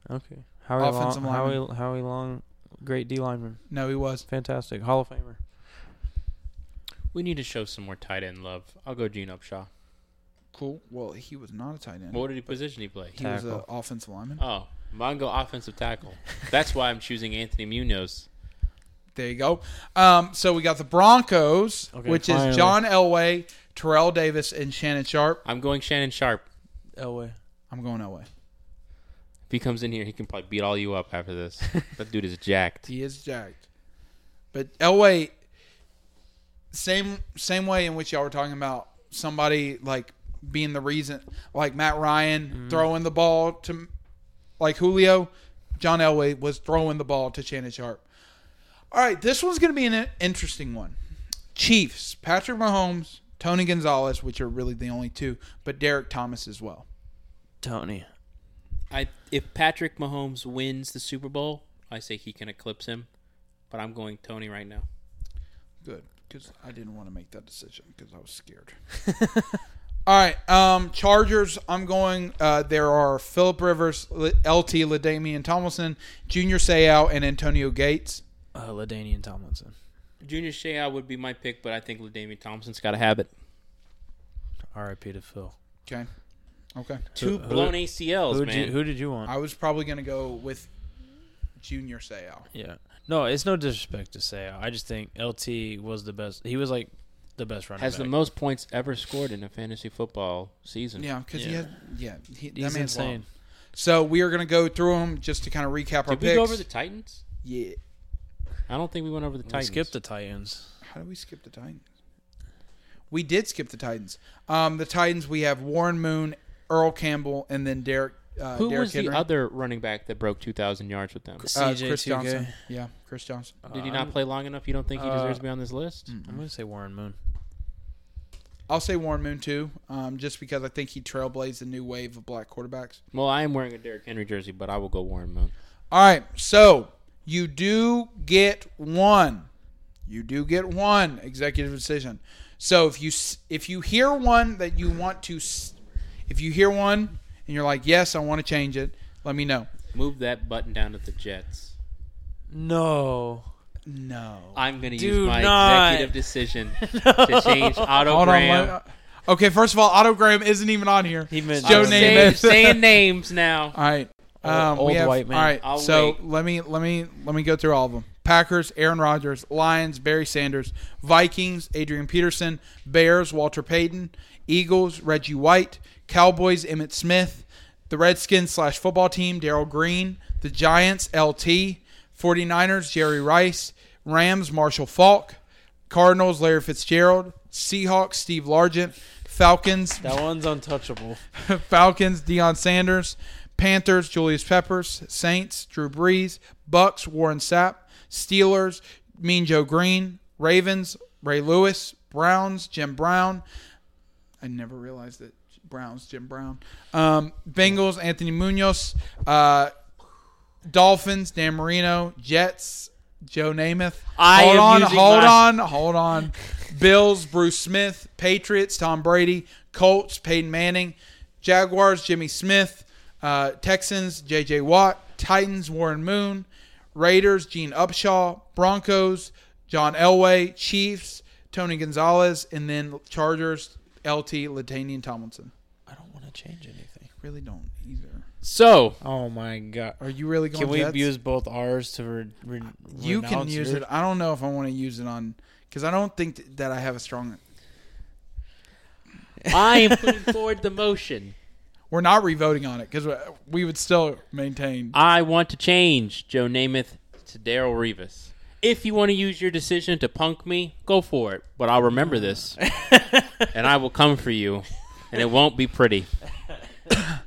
B: Okay. Howie
A: Offensive
B: Long.
A: lineman.
B: Howie, Howie Long. Great D lineman.
A: No, he was.
B: Fantastic. Hall of Famer.
C: We need to show some more tight end love. I'll go Gene Upshaw.
A: Cool. Well, he was not a tight end.
C: What did he position he play?
A: he was an
B: Tackle.
A: offensive lineman.
C: Oh, Mongo offensive tackle. That's why I'm choosing Anthony Munoz.
A: There you go. Um, so we got the Broncos,
B: Okay,
A: which
B: finally.
A: is John Elway, Terrell Davis, and Shannon Sharp.
C: I'm going Shannon Sharp.
B: Elway.
A: I'm going Elway.
C: If he comes in here, he can probably beat all you up after this. that dude is jacked.
A: He is jacked. But Elway, same same way in which y'all were talking about somebody like being the reason, like Matt Ryan throwing the ball to, like Julio, John Elway was throwing the ball to Shannon Sharp. All right, this one's going to be an in- interesting one. Chiefs, Patrick Mahomes, Tony Gonzalez, which are really the only two, but Derek Thomas as well.
B: Tony.
C: I if Patrick Mahomes wins the Super Bowl, I say he can eclipse him. But I'm going Tony right now.
A: Good, because I didn't want to make that decision because I was scared. All right, um, Chargers. I'm going. Uh, there are Philip Rivers, L- LT Ladainian Tomlinson, Junior Seau, and Antonio Gates.
B: Uh, Ladainian Tomlinson.
C: Junior Shea would be my pick, but I think Ladainian Thompson's got a habit.
B: R.I.P. to Phil.
A: Okay, okay.
C: Two
B: who-
C: blown ACLs,
B: Who did,
C: man.
B: you, who did you want?
A: I was probably gonna go with Junior Seau.
B: yeah. No, it's no disrespect to say. I just think LT was the best. He was like the best running
C: has
B: back.
C: the most points ever scored in a fantasy football season.
A: Yeah, because he
B: Yeah.
A: had. Yeah, he, that
B: He's
A: man's
B: insane.
A: insane. So we are gonna go through them just to kind of recap our
C: Did
A: picks.
C: we go over the Titans?
A: yeah.
C: I don't think we went over the
B: We
C: Titans.
B: skipped the Titans.
A: How do we skip the Titans? We did skip the Titans. Um, the Titans we have Warren Moon, Earl Campbell, and then Derek. Uh,
C: Who
A: Derek
C: was
A: Henry.
C: the other running back that broke 2,000 yards with them?
A: Uh,
B: CJ
A: Chris
B: 2K.
A: Johnson. Yeah, Chris Johnson.
C: Did he not play long enough? You don't think he
B: Um, uh,
C: deserves to be on this list?
A: hmm.
B: I'm gonna say Warren Moon.
A: I'll say Warren Moon too, um, just because I think he trailblazed the new wave of black quarterbacks.
C: Well, I am wearing a Derrick Henry jersey, but I will go Warren Moon.
A: All right, so you do get one. You do get one executive decision. So if you s- if you hear one that you want to, s- if you hear one and you're like, yes, I want to change it, let me know.
C: Move that button down to the Jets.
B: No.
A: No.
C: I'm going to
B: Do
C: use my
B: not.
C: executive decision to change Otto
A: Hold on.
C: Graham.
A: let- uh, Okay, first of all, Otto Graham isn't even on here.
B: He meant
A: Joe
C: I'm
A: Namath.
C: saying, saying names now.
A: All right. Um,
B: old
A: we have,
B: white man.
A: All right,
C: I'll
A: so
C: wait.
A: let me let me let me go through all of them. Packers, Aaron Rodgers, Lions, Barry Sanders, Vikings, Adrian Peterson, Bears, Walter Payton, Eagles, Reggie White, Cowboys, Emmett Smith, the Redskins slash football team, Daryl Green, the Giants, LT, 49ers, Jerry Rice. Rams, Marshall Falk. Cardinals, Larry Fitzgerald. Seahawks, Steve Largent. Falcons,
B: That one's untouchable.
A: Falcons, Deion Sanders, Panthers, Julius Peppers, Saints, Drew Brees, Bucks, Warren Sapp, Steelers, Mean Joe Green, Ravens, Ray Lewis, Browns, Jim Brown. I never realized that Browns, Jim Brown. Um, Bengals, Anthony Munoz, uh, Dolphins, Dan Marino, Jets, Joe Namath.
B: I
A: hold
B: am
A: on,
B: using
A: hold
B: my-
A: on on, hold on. Bills, Bruce Smith, Patriots, Tom Brady, Colts, Peyton Manning, Jaguars, Jimmy Smith, uh, Texans, J.J. Watt, Titans, Warren Moon, Raiders, Gene Upshaw, Broncos, John Elway, Chiefs, Tony Gonzalez, and then Chargers, LT, Latanian Tomlinson.
B: I don't want to change anything.
A: Really don't either.
C: So
B: Oh my god.
A: Are you really going
B: Can we
A: Jets?
B: use both R's to re- re-
A: You can
B: renounce
A: use
B: your-
A: it. I don't know if I want to use it on because I don't think th- that I have a strong.
C: I am putting forward the motion.
A: We're not revoting on it because we would still maintain.
C: I want to change Joe Namath to Daryl Revis. If you want to use your decision to punk me, go for it. But I'll remember this, and I will come for you, and it won't be pretty.
B: I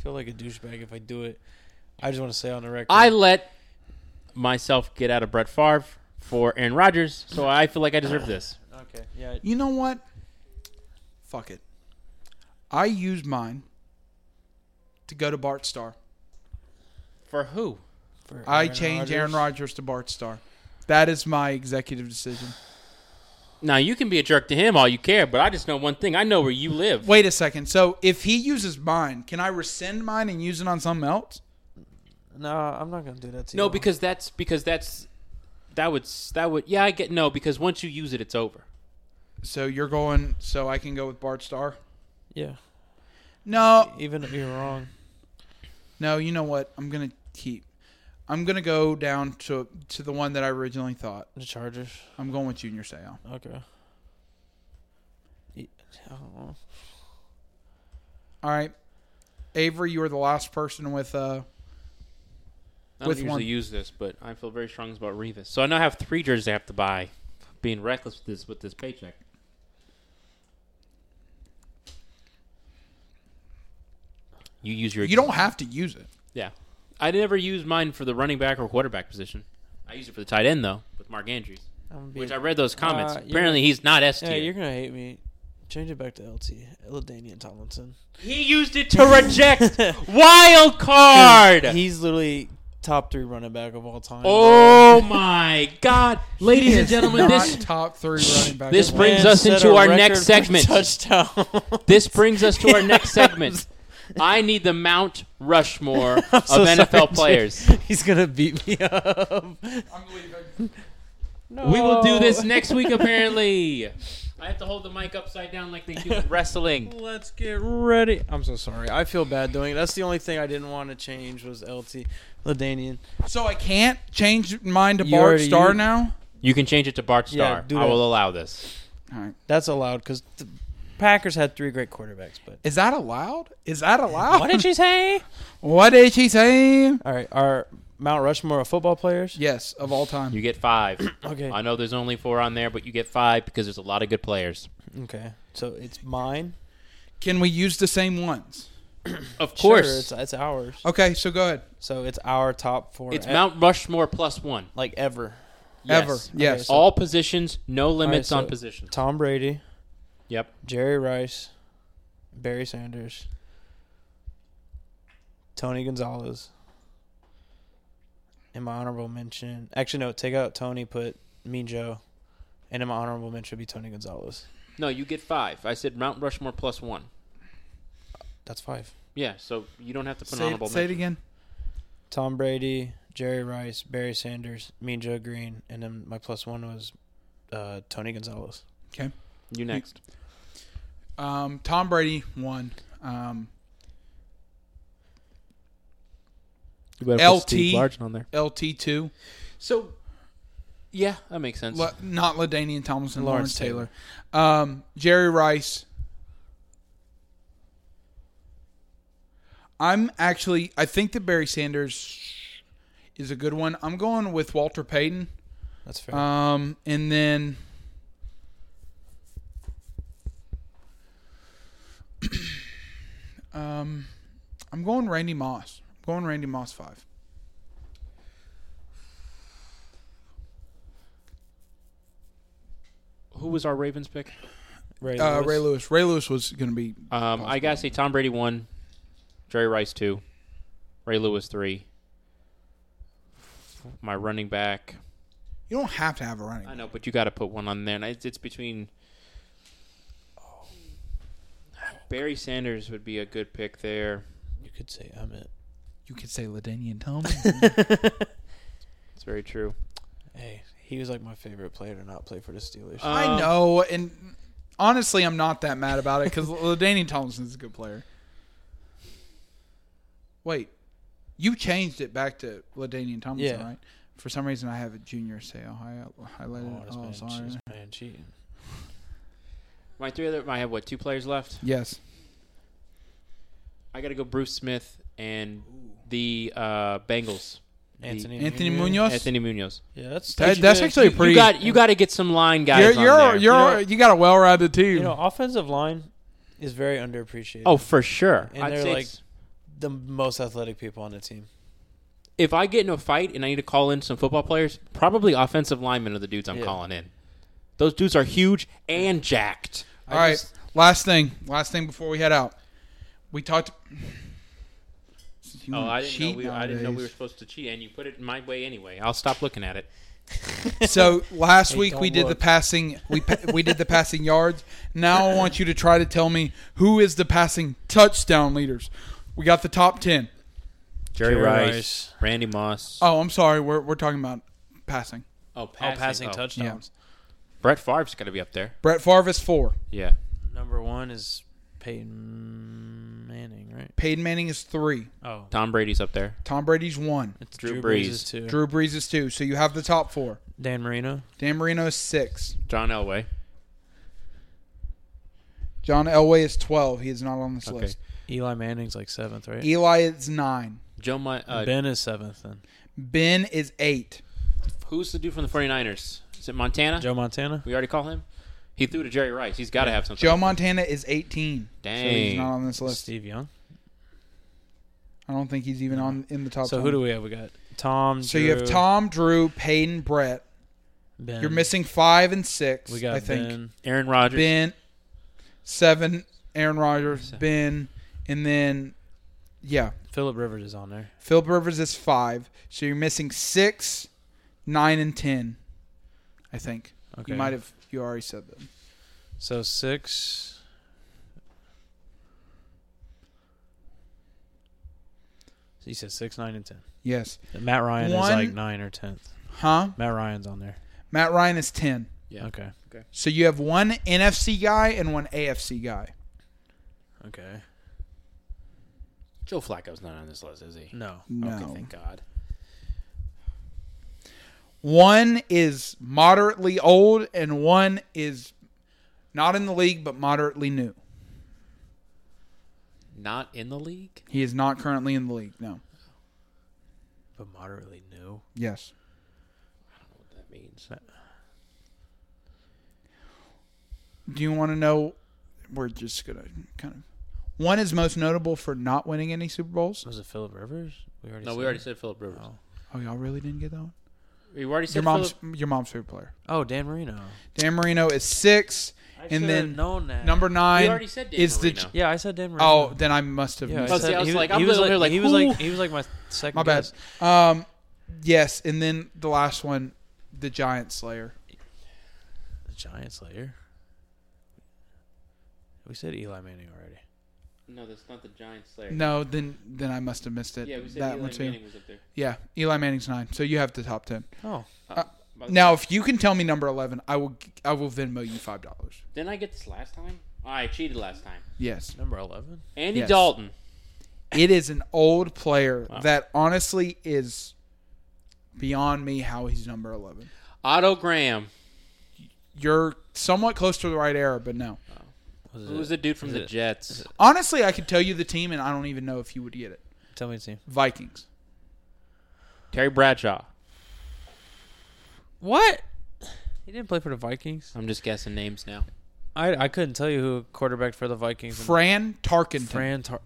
B: feel like a douchebag if I do it. I just want to say on the record.
C: I let myself get out of Brett Favre for Aaron Rodgers, so I feel like I deserve this.
B: okay. Yeah.
A: You know what? Fuck it. I used mine to go to Bart Star.
C: For who?
B: for
A: I
B: Aaron
A: changed Aaron
B: Rodgers.
A: Rodgers to Bart Star. That is my executive decision.
C: Now you can be a jerk to him all you care, but I just know one thing: I know where you live.
A: Wait a second. So if he uses mine, can I rescind mine and use it on something else?
B: No, I'm not gonna do that to you.
C: No, because that's because that's that would s- that would yeah I get no because once you use it, it's over.
A: So you're going. So I can go with Bart Star.
B: yeah,
A: No,
B: even if you're wrong,
A: no. You know what? I'm gonna keep. I'm gonna go down to to the one that I originally thought.
B: the Chargers.
A: I'm going with Junior Seau.
B: Okay. Y- I don't know.
A: All right, Avery, you were the last person with uh,
C: I don't
A: With
C: usually
A: one.
C: use this, but I feel very strong about Revis. So I now have three jerseys I have to buy. Being reckless with this with this paycheck. You use your
A: You don't have to use it.
C: yeah. I never used mine for the running back or quarterback position. I used it for the tight end though with Mark Andrews,
B: I'm gonna be-
C: which I read those comments.
B: Uh, you're-
C: Apparently he's not S
B: yeah, you're
C: tier.
B: gonna hate me. Change it back to LT. Ladanian Tomlinson.
C: he used it to reject wild card.
B: He's literally top three running back of all time.
C: oh my god, ladies and
A: It's
C: gentlemen,
A: not
C: this
A: top three running back.
C: this
A: Well,
C: brings-
B: Man
C: us
B: set
C: into
B: a
C: our
B: record
C: next
B: for
C: segment.
B: Touchdown.
C: This brings us to our next segment. I need the Mount Rushmore of
B: so
C: NFL
B: sorry, dude.
C: players.
B: He's gonna beat me up.
A: I'm leaving.
C: We will do
B: Oh.
C: this next week, apparently. I have to hold the mic upside down like they do with wrestling.
B: Let's get ready. I'm so sorry. I feel bad doing it. That's the only thing I didn't want to change was LT Ladanian.
A: So I can't change mine to
B: You
A: Bart
B: already
A: Star
B: used-
A: now.
C: You can change it to Bart
B: Yeah,
C: Starr.
B: do
C: I
B: that.
C: will allow this.
A: All right.
B: That's allowed because the Packers had three great quarterbacks. But
A: Is that allowed? Is that allowed?
B: what did you say?
A: What did she say?
B: All right, our Mount Rushmore of football players.
A: Yes, of all time.
C: You get five.
B: Okay.
C: I know there's only four on there, but you get five because there's a lot of good players.
B: Okay. So it's mine.
A: Can we use the same ones?
C: Of
B: Sure,
C: course.
B: it's
C: it's
B: it's ours.
A: Okay, so go ahead.
B: So it's our top four. e-
C: Mount Rushmore plus one.
B: like ever.
C: Yes.
A: Ever. Yes.
B: so-
C: All positions, no limits
B: All right,
C: on
B: so-
C: positions.
B: Tom Brady,
C: Yep.
B: Jerry Rice, Barry Sanders, Tony Gonzalez. And my honorable mention, actually no, take out Tony, put Mean Joe, and then my honorable mention would be Tony Gonzalez.
C: No, you get five. I said Mount Rushmore plus one.
B: That's five.
C: Yeah, so you don't have to put an
A: Say,
C: honorable
A: say it
C: mention.
A: again.
B: Tom Brady, Jerry Rice, Barry Sanders, Mean Joe Green, and then my plus one was uh, Tony Gonzalez.
A: Okay.
C: You next.
A: Um, Tom Brady one. Um,
C: You
A: put LT. Steve Largent
C: on there.
A: LT two.
C: So, yeah, that makes sense.
A: Le- not Ladainian Tomlinson. Lawrence, Taylor.
B: Lawrence
A: Um, Jerry Rice. I'm actually. I think that Barry Sanders is a good one. I'm going with Walter Payton.
B: That's fair.
A: Um, and then um, I'm going Randy Moss. I'm going Randy Moss five.
C: Who was our Ravens pick?
B: Ray
A: Uh,
B: Lewis.
A: Ray Lewis. Ray Lewis was going to be
C: Um, I gotta say Tom Brady one, Jerry Rice two, Ray Lewis three. My running back.
A: You don't have to have a running.
C: I
A: back.
C: know, but you got to put one on there, and it's, it's between. Barry Sanders would be a good pick there.
B: You could say Emmett.
A: You could say Ladanian Tomlin.
C: It's very true.
B: Hey, he was like my favorite player to not play for the Steelers.
C: Uh,
A: I
C: Um,
A: know, and honestly, I'm not that mad about it because Ladanian Tomlinson's a good player. Wait, you changed it back to Ladanian Tomlinson,
B: Yeah.
A: right? For some reason, I have a junior say Ohio highlighted.
B: oh,
A: it.
B: this
A: Oh,
B: man,
A: sorry.
B: this man cheating.
C: My three other. I have what two players left?
A: Yes,
C: I got to go Bruce Smith and the uh, Bengals. The-
B: Anthony,
A: Anthony Munoz.
C: Anthony Munoz.
B: Yeah, that's
A: That-
B: that's,
A: that's
B: good.
A: actually a
B: You-
A: pretty-
C: You got you got to get some line guys.
A: you're you're,
C: on there.
A: you're,
B: You know-
A: you got a well-rounded team.
B: You know, offensive line is very underappreciated.
C: oh, for sure.
B: And
C: I'd
B: they're
C: say
B: like-
C: it's-
B: the most athletic people on the team.
C: if I get in a fight and I need to call in some football players, probably offensive linemen are the dudes I'm
B: Yeah.
C: calling in. Those dudes are huge and jacked.
A: All right,
B: just-
A: last thing, last thing before we head out, we talked. You
C: Oh, I didn't,
A: cheat
C: know we, I didn't know we were
A: nowadays.
C: supposed to cheat, and you put it my way anyway. I'll stop looking at it.
A: So last
B: Hey,
A: week we
B: don't
A: did the
B: look.
A: passing we pa- we did the passing yards. Now I want you to try to tell me who is the passing touchdown leaders. We got the top 10.
C: Jerry,
B: Jerry
C: Rice,
B: Rice.
C: Randy Moss.
A: Oh, I'm sorry. We're we're talking about passing.
C: oh,
B: All passing touchdowns.
C: Brett Favre's got to be up there.
A: Brett Favre is 4.
C: Yeah.
B: Number one is Peyton Manning, right?
A: Peyton Manning is 3.
B: Oh,
C: Tom Brady's up there.
A: Tom Brady's 1.
B: it's
C: Drew
B: Drew,
C: Brees.
B: Brees. is two.
A: Drew Brees is 2. So you have the top 4.
B: Dan Marino.
A: Dan Marino is 6.
C: John Elway.
A: John Elway is 12. He is not on this
C: Okay.
A: list.
B: Eli Manning's like seventh, right?
A: Eli is 9.
C: Joe. My, uh,
B: ben is seventh. Then
A: Ben is 8.
C: Who's the dude from the 49ers? Is it Montana?
B: Joe Montana.
C: We already call him. He threw to Jerry Rice. He's got to have something.
A: Joe Montana is 18. So he's
C: Dang.
A: not on this list.
B: Steve Young.
A: I don't think he's even on in the top
B: So
A: 10.
B: who do we have? We got Tom.
A: So you have
B: Drew,
A: Tom, Drew, Peyton, Brett.
B: Ben.
A: You're missing five and six.
B: We got
A: I think
B: Ben.
C: Aaron Rodgers.
A: Ben, seven, Aaron Rodgers, Ben, and then yeah,
B: Philip Rivers is on there.
A: Philip Rivers is five. So you're missing six, nine, and ten. I think
B: Okay.
A: you might have you already said that.
B: So six. So you said six, nine, and ten.
A: Yes,
B: And Matt Ryan
A: One-
B: is like nine or tenth.
A: huh?
B: Matt Ryan's on there.
A: Matt Ryan is ten.
C: Yeah.
B: Okay.
A: So you have one NFC guy and one AFC guy.
B: Okay.
C: Joe Flacco's not on this list, is he?
B: No.
A: No.
C: Okay, thank God.
A: One is moderately old and one is not in the league but moderately new.
C: Not in the league?
A: He is not currently in the league. No.
B: But moderately new.
A: Yes.
C: I don't know what that means.
A: Do you want to know? We're just gonna kind of. One is most notable for not winning any Super Bowls.
B: Was it Philip Rivers? We already
C: No,
B: said
C: we already
B: that.
C: said Philip Rivers.
B: Oh.
A: Oh, y'all really didn't get that one.
C: We already said
A: Your mom's
C: Phillip-
A: your mom's favorite player.
B: Oh, Dan Marino.
A: Dan Marino is six,
B: I
A: and then
B: known that.
A: number nine
C: already said Dan
A: is
C: Marino.
B: Yeah, I said Dan Marino.
A: the. Oh, then I must have.
B: yeah.
A: missed
C: I
A: it.
C: said- I was
B: he
C: like,
B: he
C: I'm
B: Oh, was
C: over
B: like,
C: here like,
B: he was like
C: who?
B: he was like my second.
A: My bad.
B: guess.
A: Um, yes, and then the last one, the Giant Slayer.
B: The Giant Slayer. We said Eli Manning already.
C: No, that's not the Giant Slayer.
A: No, then then I must have missed it.
C: Yeah, we said
A: that
C: Eli
A: one too.
C: Manning was up there.
A: Yeah, Eli Manning's nine. So you have the top ten.
B: Oh,
A: Now, if you can tell me number eleven, I will I will Venmo you five dollars.
C: Didn't I get this last time? Oh, I cheated last time.
A: Yes,
B: number eleven.
C: Andy
A: Yes.
C: Dalton.
A: it is an old player
C: Wow.
A: that honestly is beyond me how he's number eleven.
C: Otto Graham.
A: You're somewhat close to the right era, but no.
B: Was
C: Who
B: it?
C: was the dude from
B: Is
C: the
B: it-
C: Jets?
A: Honestly, I could tell you the team, and I don't even know if you would get it.
B: Tell me the team.
A: Vikings.
C: Terry Bradshaw.
B: What? He didn't play for the Vikings.
C: I'm just guessing names now.
B: I I couldn't tell you who quarterback for the Vikings.
A: Fran Tarkenton.
B: Fran Tar-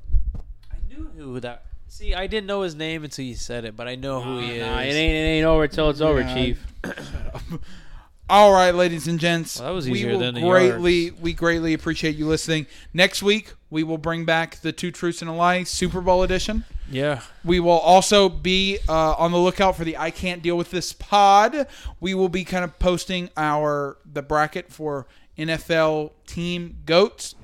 B: I knew who that. See, I didn't know his name until you said it, but I know who he is.
C: Nah, it ain't it ain't over till it's over,
A: Nah.
C: Chief.
A: All right, ladies and gents,
B: Well, that was
A: we
B: easier
A: will
B: than the
A: greatly
B: yards.
A: we greatly appreciate you listening. Next week, we will bring back the Two Truths and a Lie Super Bowl edition.
B: Yeah.
A: We will also be uh, on the lookout for the I Can't Deal with This pod. We will be kind of posting our the bracket for NFL team goats.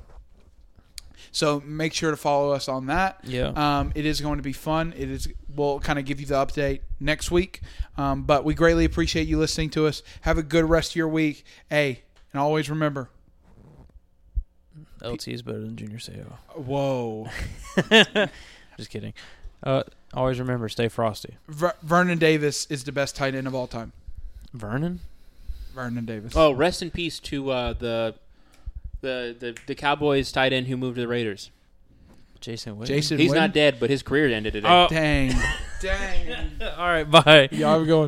A: So make sure to follow us on that.
B: Yeah.
A: Um, it is going to be fun. It is. We'll kind of give you the update next week. Um, but we greatly appreciate you listening to us. Have a good rest of your week. Hey, and always remember.
B: LT is better than Junior Seau.
A: Whoa,
B: Just kidding. Uh, always remember, stay frosty.
A: Ver- Vernon Davis is the best tight end of all time.
B: Vernon?
A: Vernon Davis.
C: Oh, rest in peace to uh, the, the the the Cowboys tight end who moved to the Raiders.
B: Jason Witten?
A: Jason.
C: He's
A: Witten?
C: not dead, but his career ended today.
B: Oh.
A: Dang. Dang.
B: All right, bye.
A: Y'all have a good one.